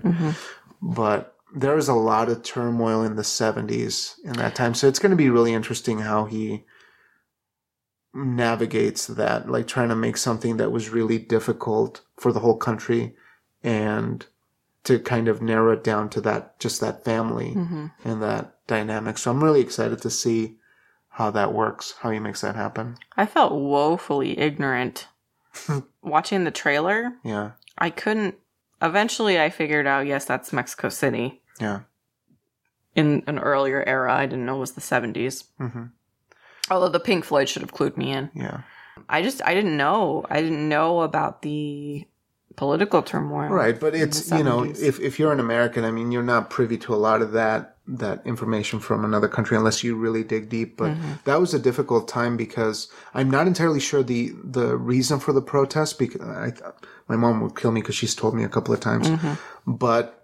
[SPEAKER 1] But there is a lot of turmoil in the 70s in that time. So it's going to be really interesting how he navigates that, like trying to make something that was really difficult for the whole country and to kind of narrow it down to that, just that family
[SPEAKER 2] Mhm.
[SPEAKER 1] and that dynamic. So I'm really excited to see how that works, how he makes that happen.
[SPEAKER 2] I felt woefully ignorant watching the trailer.
[SPEAKER 1] Yeah.
[SPEAKER 2] I couldn't. Eventually, I figured out yes, that's Mexico City.
[SPEAKER 1] Yeah.
[SPEAKER 2] In an earlier era, I didn't know was the 70s.
[SPEAKER 1] hmm
[SPEAKER 2] Although the Pink Floyd should have clued me in.
[SPEAKER 1] Yeah.
[SPEAKER 2] I just, I didn't know. I didn't know about the political turmoil.
[SPEAKER 1] Right, but
[SPEAKER 2] in
[SPEAKER 1] it's
[SPEAKER 2] the
[SPEAKER 1] you know
[SPEAKER 2] 70s.
[SPEAKER 1] if if you're an American, I mean you're not privy to a lot of that that information from another country unless you really dig deep. But
[SPEAKER 2] Mm-hmm.
[SPEAKER 1] that was a difficult time because I'm not entirely sure the the reason for the protest. Because I, my mom would kill me because she's told me a couple of times,
[SPEAKER 2] Mm-hmm.
[SPEAKER 1] but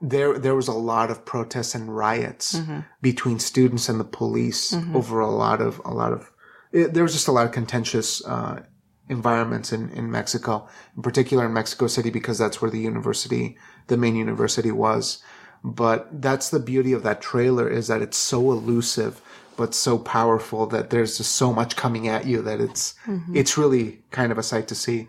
[SPEAKER 1] there there was a lot of protests and riots
[SPEAKER 2] Mm-hmm.
[SPEAKER 1] between students and the police over a lot of a lot of it, there was just a lot of contentious. Uh, environments in, in Mexico, in particular in Mexico City, because that's where the university, the main university was. But that's the beauty of that trailer is that it's so elusive, but so powerful that there's just so much coming at you that it's,
[SPEAKER 2] Mm-hmm.
[SPEAKER 1] it's really kind of a sight to see.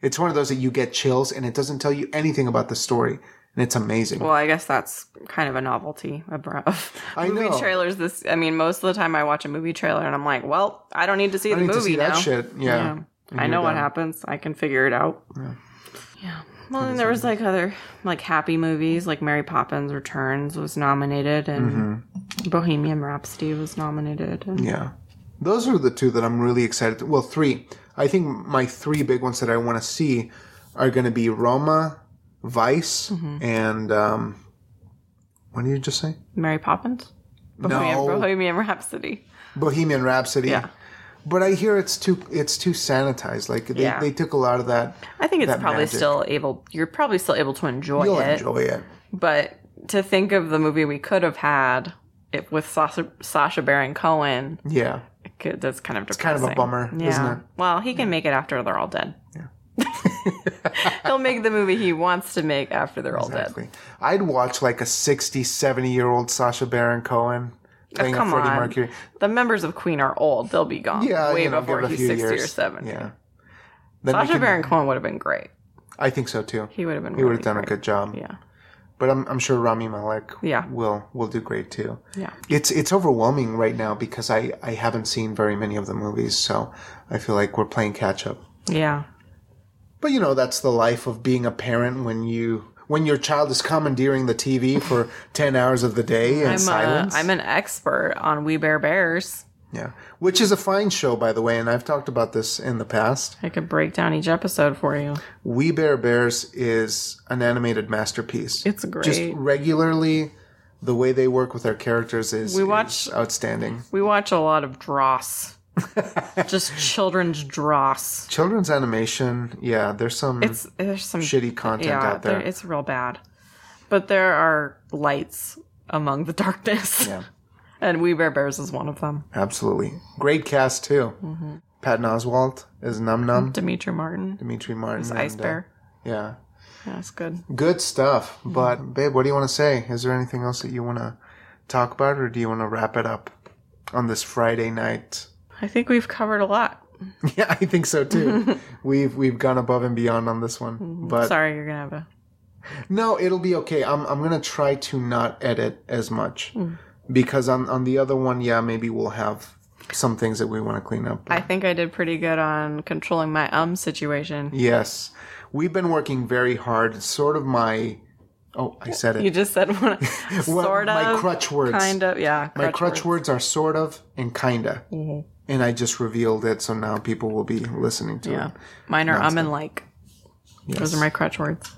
[SPEAKER 1] It's one of those that you get chills and it doesn't tell you anything about the story. And it's amazing.
[SPEAKER 2] Well, I guess that's kind of a novelty of of
[SPEAKER 1] I
[SPEAKER 2] movie
[SPEAKER 1] know.
[SPEAKER 2] trailers. This, I mean, most of the time I watch a movie trailer and I'm like, well, I don't need to see
[SPEAKER 1] I
[SPEAKER 2] the
[SPEAKER 1] need
[SPEAKER 2] movie
[SPEAKER 1] to see
[SPEAKER 2] now.
[SPEAKER 1] that shit. Yeah.
[SPEAKER 2] I know what happens. I can figure it out.
[SPEAKER 1] Yeah.
[SPEAKER 2] Yeah. Well, then there was like other like happy movies, like Mary Poppins Returns was nominated, and
[SPEAKER 1] Mm-hmm.
[SPEAKER 2] Bohemian Rhapsody was nominated. And
[SPEAKER 1] Yeah. Those are the two that I'm really excited. Well, three. I think my three big ones that I want to see are going to be Roma, Vice,
[SPEAKER 2] Mm-hmm.
[SPEAKER 1] and um, what did you just say?
[SPEAKER 2] Mary Poppins, Bohemian,
[SPEAKER 1] No,
[SPEAKER 2] Bohemian Rhapsody.
[SPEAKER 1] Bohemian Rhapsody.
[SPEAKER 2] Yeah.
[SPEAKER 1] But I hear it's too it's too sanitized. Like they,
[SPEAKER 2] Yeah.
[SPEAKER 1] they took a lot of that.
[SPEAKER 2] I think it's
[SPEAKER 1] That
[SPEAKER 2] probably
[SPEAKER 1] magic.
[SPEAKER 2] still able. You're probably still able to enjoy
[SPEAKER 1] You'll
[SPEAKER 2] it,
[SPEAKER 1] enjoy it.
[SPEAKER 2] but to think of the movie we could have had it with Sasha, Sasha Baron Cohen,
[SPEAKER 1] Yeah.
[SPEAKER 2] it could- that's kind of depressing.
[SPEAKER 1] kind of a bummer, isn't
[SPEAKER 2] yeah.
[SPEAKER 1] it?
[SPEAKER 2] Well, he can make it after they're all dead. He'll make the movie he wants to make after they're all dead.
[SPEAKER 1] Exactly. I'd watch like a 60, 70 year old Sasha Baron Cohen playing a
[SPEAKER 2] Oh, come
[SPEAKER 1] Freddie
[SPEAKER 2] on.
[SPEAKER 1] Mercury.
[SPEAKER 2] The members of Queen are old; they'll be gone
[SPEAKER 1] Yeah,
[SPEAKER 2] way
[SPEAKER 1] you know,
[SPEAKER 2] before
[SPEAKER 1] give it a
[SPEAKER 2] he's
[SPEAKER 1] few
[SPEAKER 2] sixty or
[SPEAKER 1] years.
[SPEAKER 2] seventy.
[SPEAKER 1] Yeah. Then we
[SPEAKER 2] Sasha
[SPEAKER 1] can-
[SPEAKER 2] Baron Cohen would have been great.
[SPEAKER 1] I think so too.
[SPEAKER 2] He would have been.
[SPEAKER 1] He would
[SPEAKER 2] really
[SPEAKER 1] have done a
[SPEAKER 2] great.
[SPEAKER 1] good job.
[SPEAKER 2] Yeah,
[SPEAKER 1] But I'm, I'm sure Rami Malek
[SPEAKER 2] Yeah.
[SPEAKER 1] will will do great too.
[SPEAKER 2] yeah.
[SPEAKER 1] It's it's overwhelming right now because I, I haven't seen very many of the movies, so I feel like we're playing catch up.
[SPEAKER 2] Yeah.
[SPEAKER 1] But you know, that's the life of being a parent when you when your child is commandeering the TV for ten hours of the day in
[SPEAKER 2] I'm, uh, a,
[SPEAKER 1] silence.
[SPEAKER 2] I'm an expert on We Bear Bears.
[SPEAKER 1] yeah. Which is a fine show by the way, and I've talked about this in the past.
[SPEAKER 2] I could break down each episode for you.
[SPEAKER 1] We Bear Bears is an animated masterpiece.
[SPEAKER 2] It's great.
[SPEAKER 1] just regularly the way they work with our characters is
[SPEAKER 2] We
[SPEAKER 1] is
[SPEAKER 2] watch-
[SPEAKER 1] outstanding.
[SPEAKER 2] we watch a lot of dross. Just children's dross.
[SPEAKER 1] Children's animation, yeah, there's some
[SPEAKER 2] It's there's some
[SPEAKER 1] shitty content
[SPEAKER 2] yeah,
[SPEAKER 1] out there.
[SPEAKER 2] there- It's real bad. But there are lights among the darkness.
[SPEAKER 1] Yeah.
[SPEAKER 2] And We Bear Bears is one of them.
[SPEAKER 1] Absolutely. Great cast too.
[SPEAKER 2] Mm-hmm.
[SPEAKER 1] Patton Oswalt is Num Num.
[SPEAKER 2] Dimitri Martin.
[SPEAKER 1] Dimitri Martin. and,
[SPEAKER 2] Mm-hmm. Ice
[SPEAKER 1] uh,
[SPEAKER 2] Bear. Mm-hmm.
[SPEAKER 1] yeah.
[SPEAKER 2] Yeah, that's good.
[SPEAKER 1] Good stuff. But babe, what do you want to say? Is there anything else that you want to talk about or do you want to wrap it up on this Friday night?
[SPEAKER 2] I think we've covered a lot.
[SPEAKER 1] Yeah, I think so too. we've we've gone above and beyond on this
[SPEAKER 2] Mm-hmm.
[SPEAKER 1] one. But
[SPEAKER 2] Sorry, you're gonna have a
[SPEAKER 1] No, it'll be okay. I'm I'm gonna try to not edit as much
[SPEAKER 2] Hmm.
[SPEAKER 1] because on on the other one, yeah, maybe we'll have some things that we want to clean up.
[SPEAKER 2] I think I did pretty good on controlling my um situation.
[SPEAKER 1] yes, we've been working very hard. It's Sort of my oh, I said it.
[SPEAKER 2] You just said one
[SPEAKER 1] Well,
[SPEAKER 2] sort of
[SPEAKER 1] my crutch words.
[SPEAKER 2] kind of yeah.
[SPEAKER 1] my crutch words are sort of and kinda,
[SPEAKER 2] Mm-hmm.
[SPEAKER 1] and I just revealed it, so now people will be listening to
[SPEAKER 2] Yeah.
[SPEAKER 1] it.
[SPEAKER 2] Mine are um and like. Those
[SPEAKER 1] Yes.
[SPEAKER 2] are my crutch words.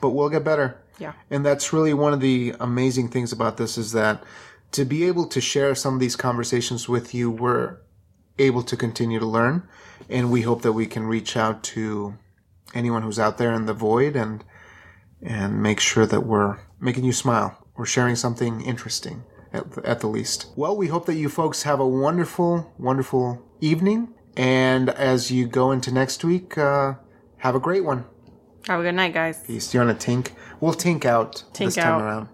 [SPEAKER 1] But we'll get better.
[SPEAKER 2] Yeah.
[SPEAKER 1] and that's really one of the amazing things about this is that to be able to share some of these conversations with you we're able to continue to learn and we hope that we can reach out to anyone who's out there in the void and and make sure that we're making you smile or sharing something interesting at, at the least well we hope that you folks have a wonderful wonderful evening and as you go into next week uh, have a great one
[SPEAKER 2] Have a good night, guys.
[SPEAKER 1] Peace. Do you want to tink? We'll tink out this
[SPEAKER 2] Tink
[SPEAKER 1] time
[SPEAKER 2] out.
[SPEAKER 1] around.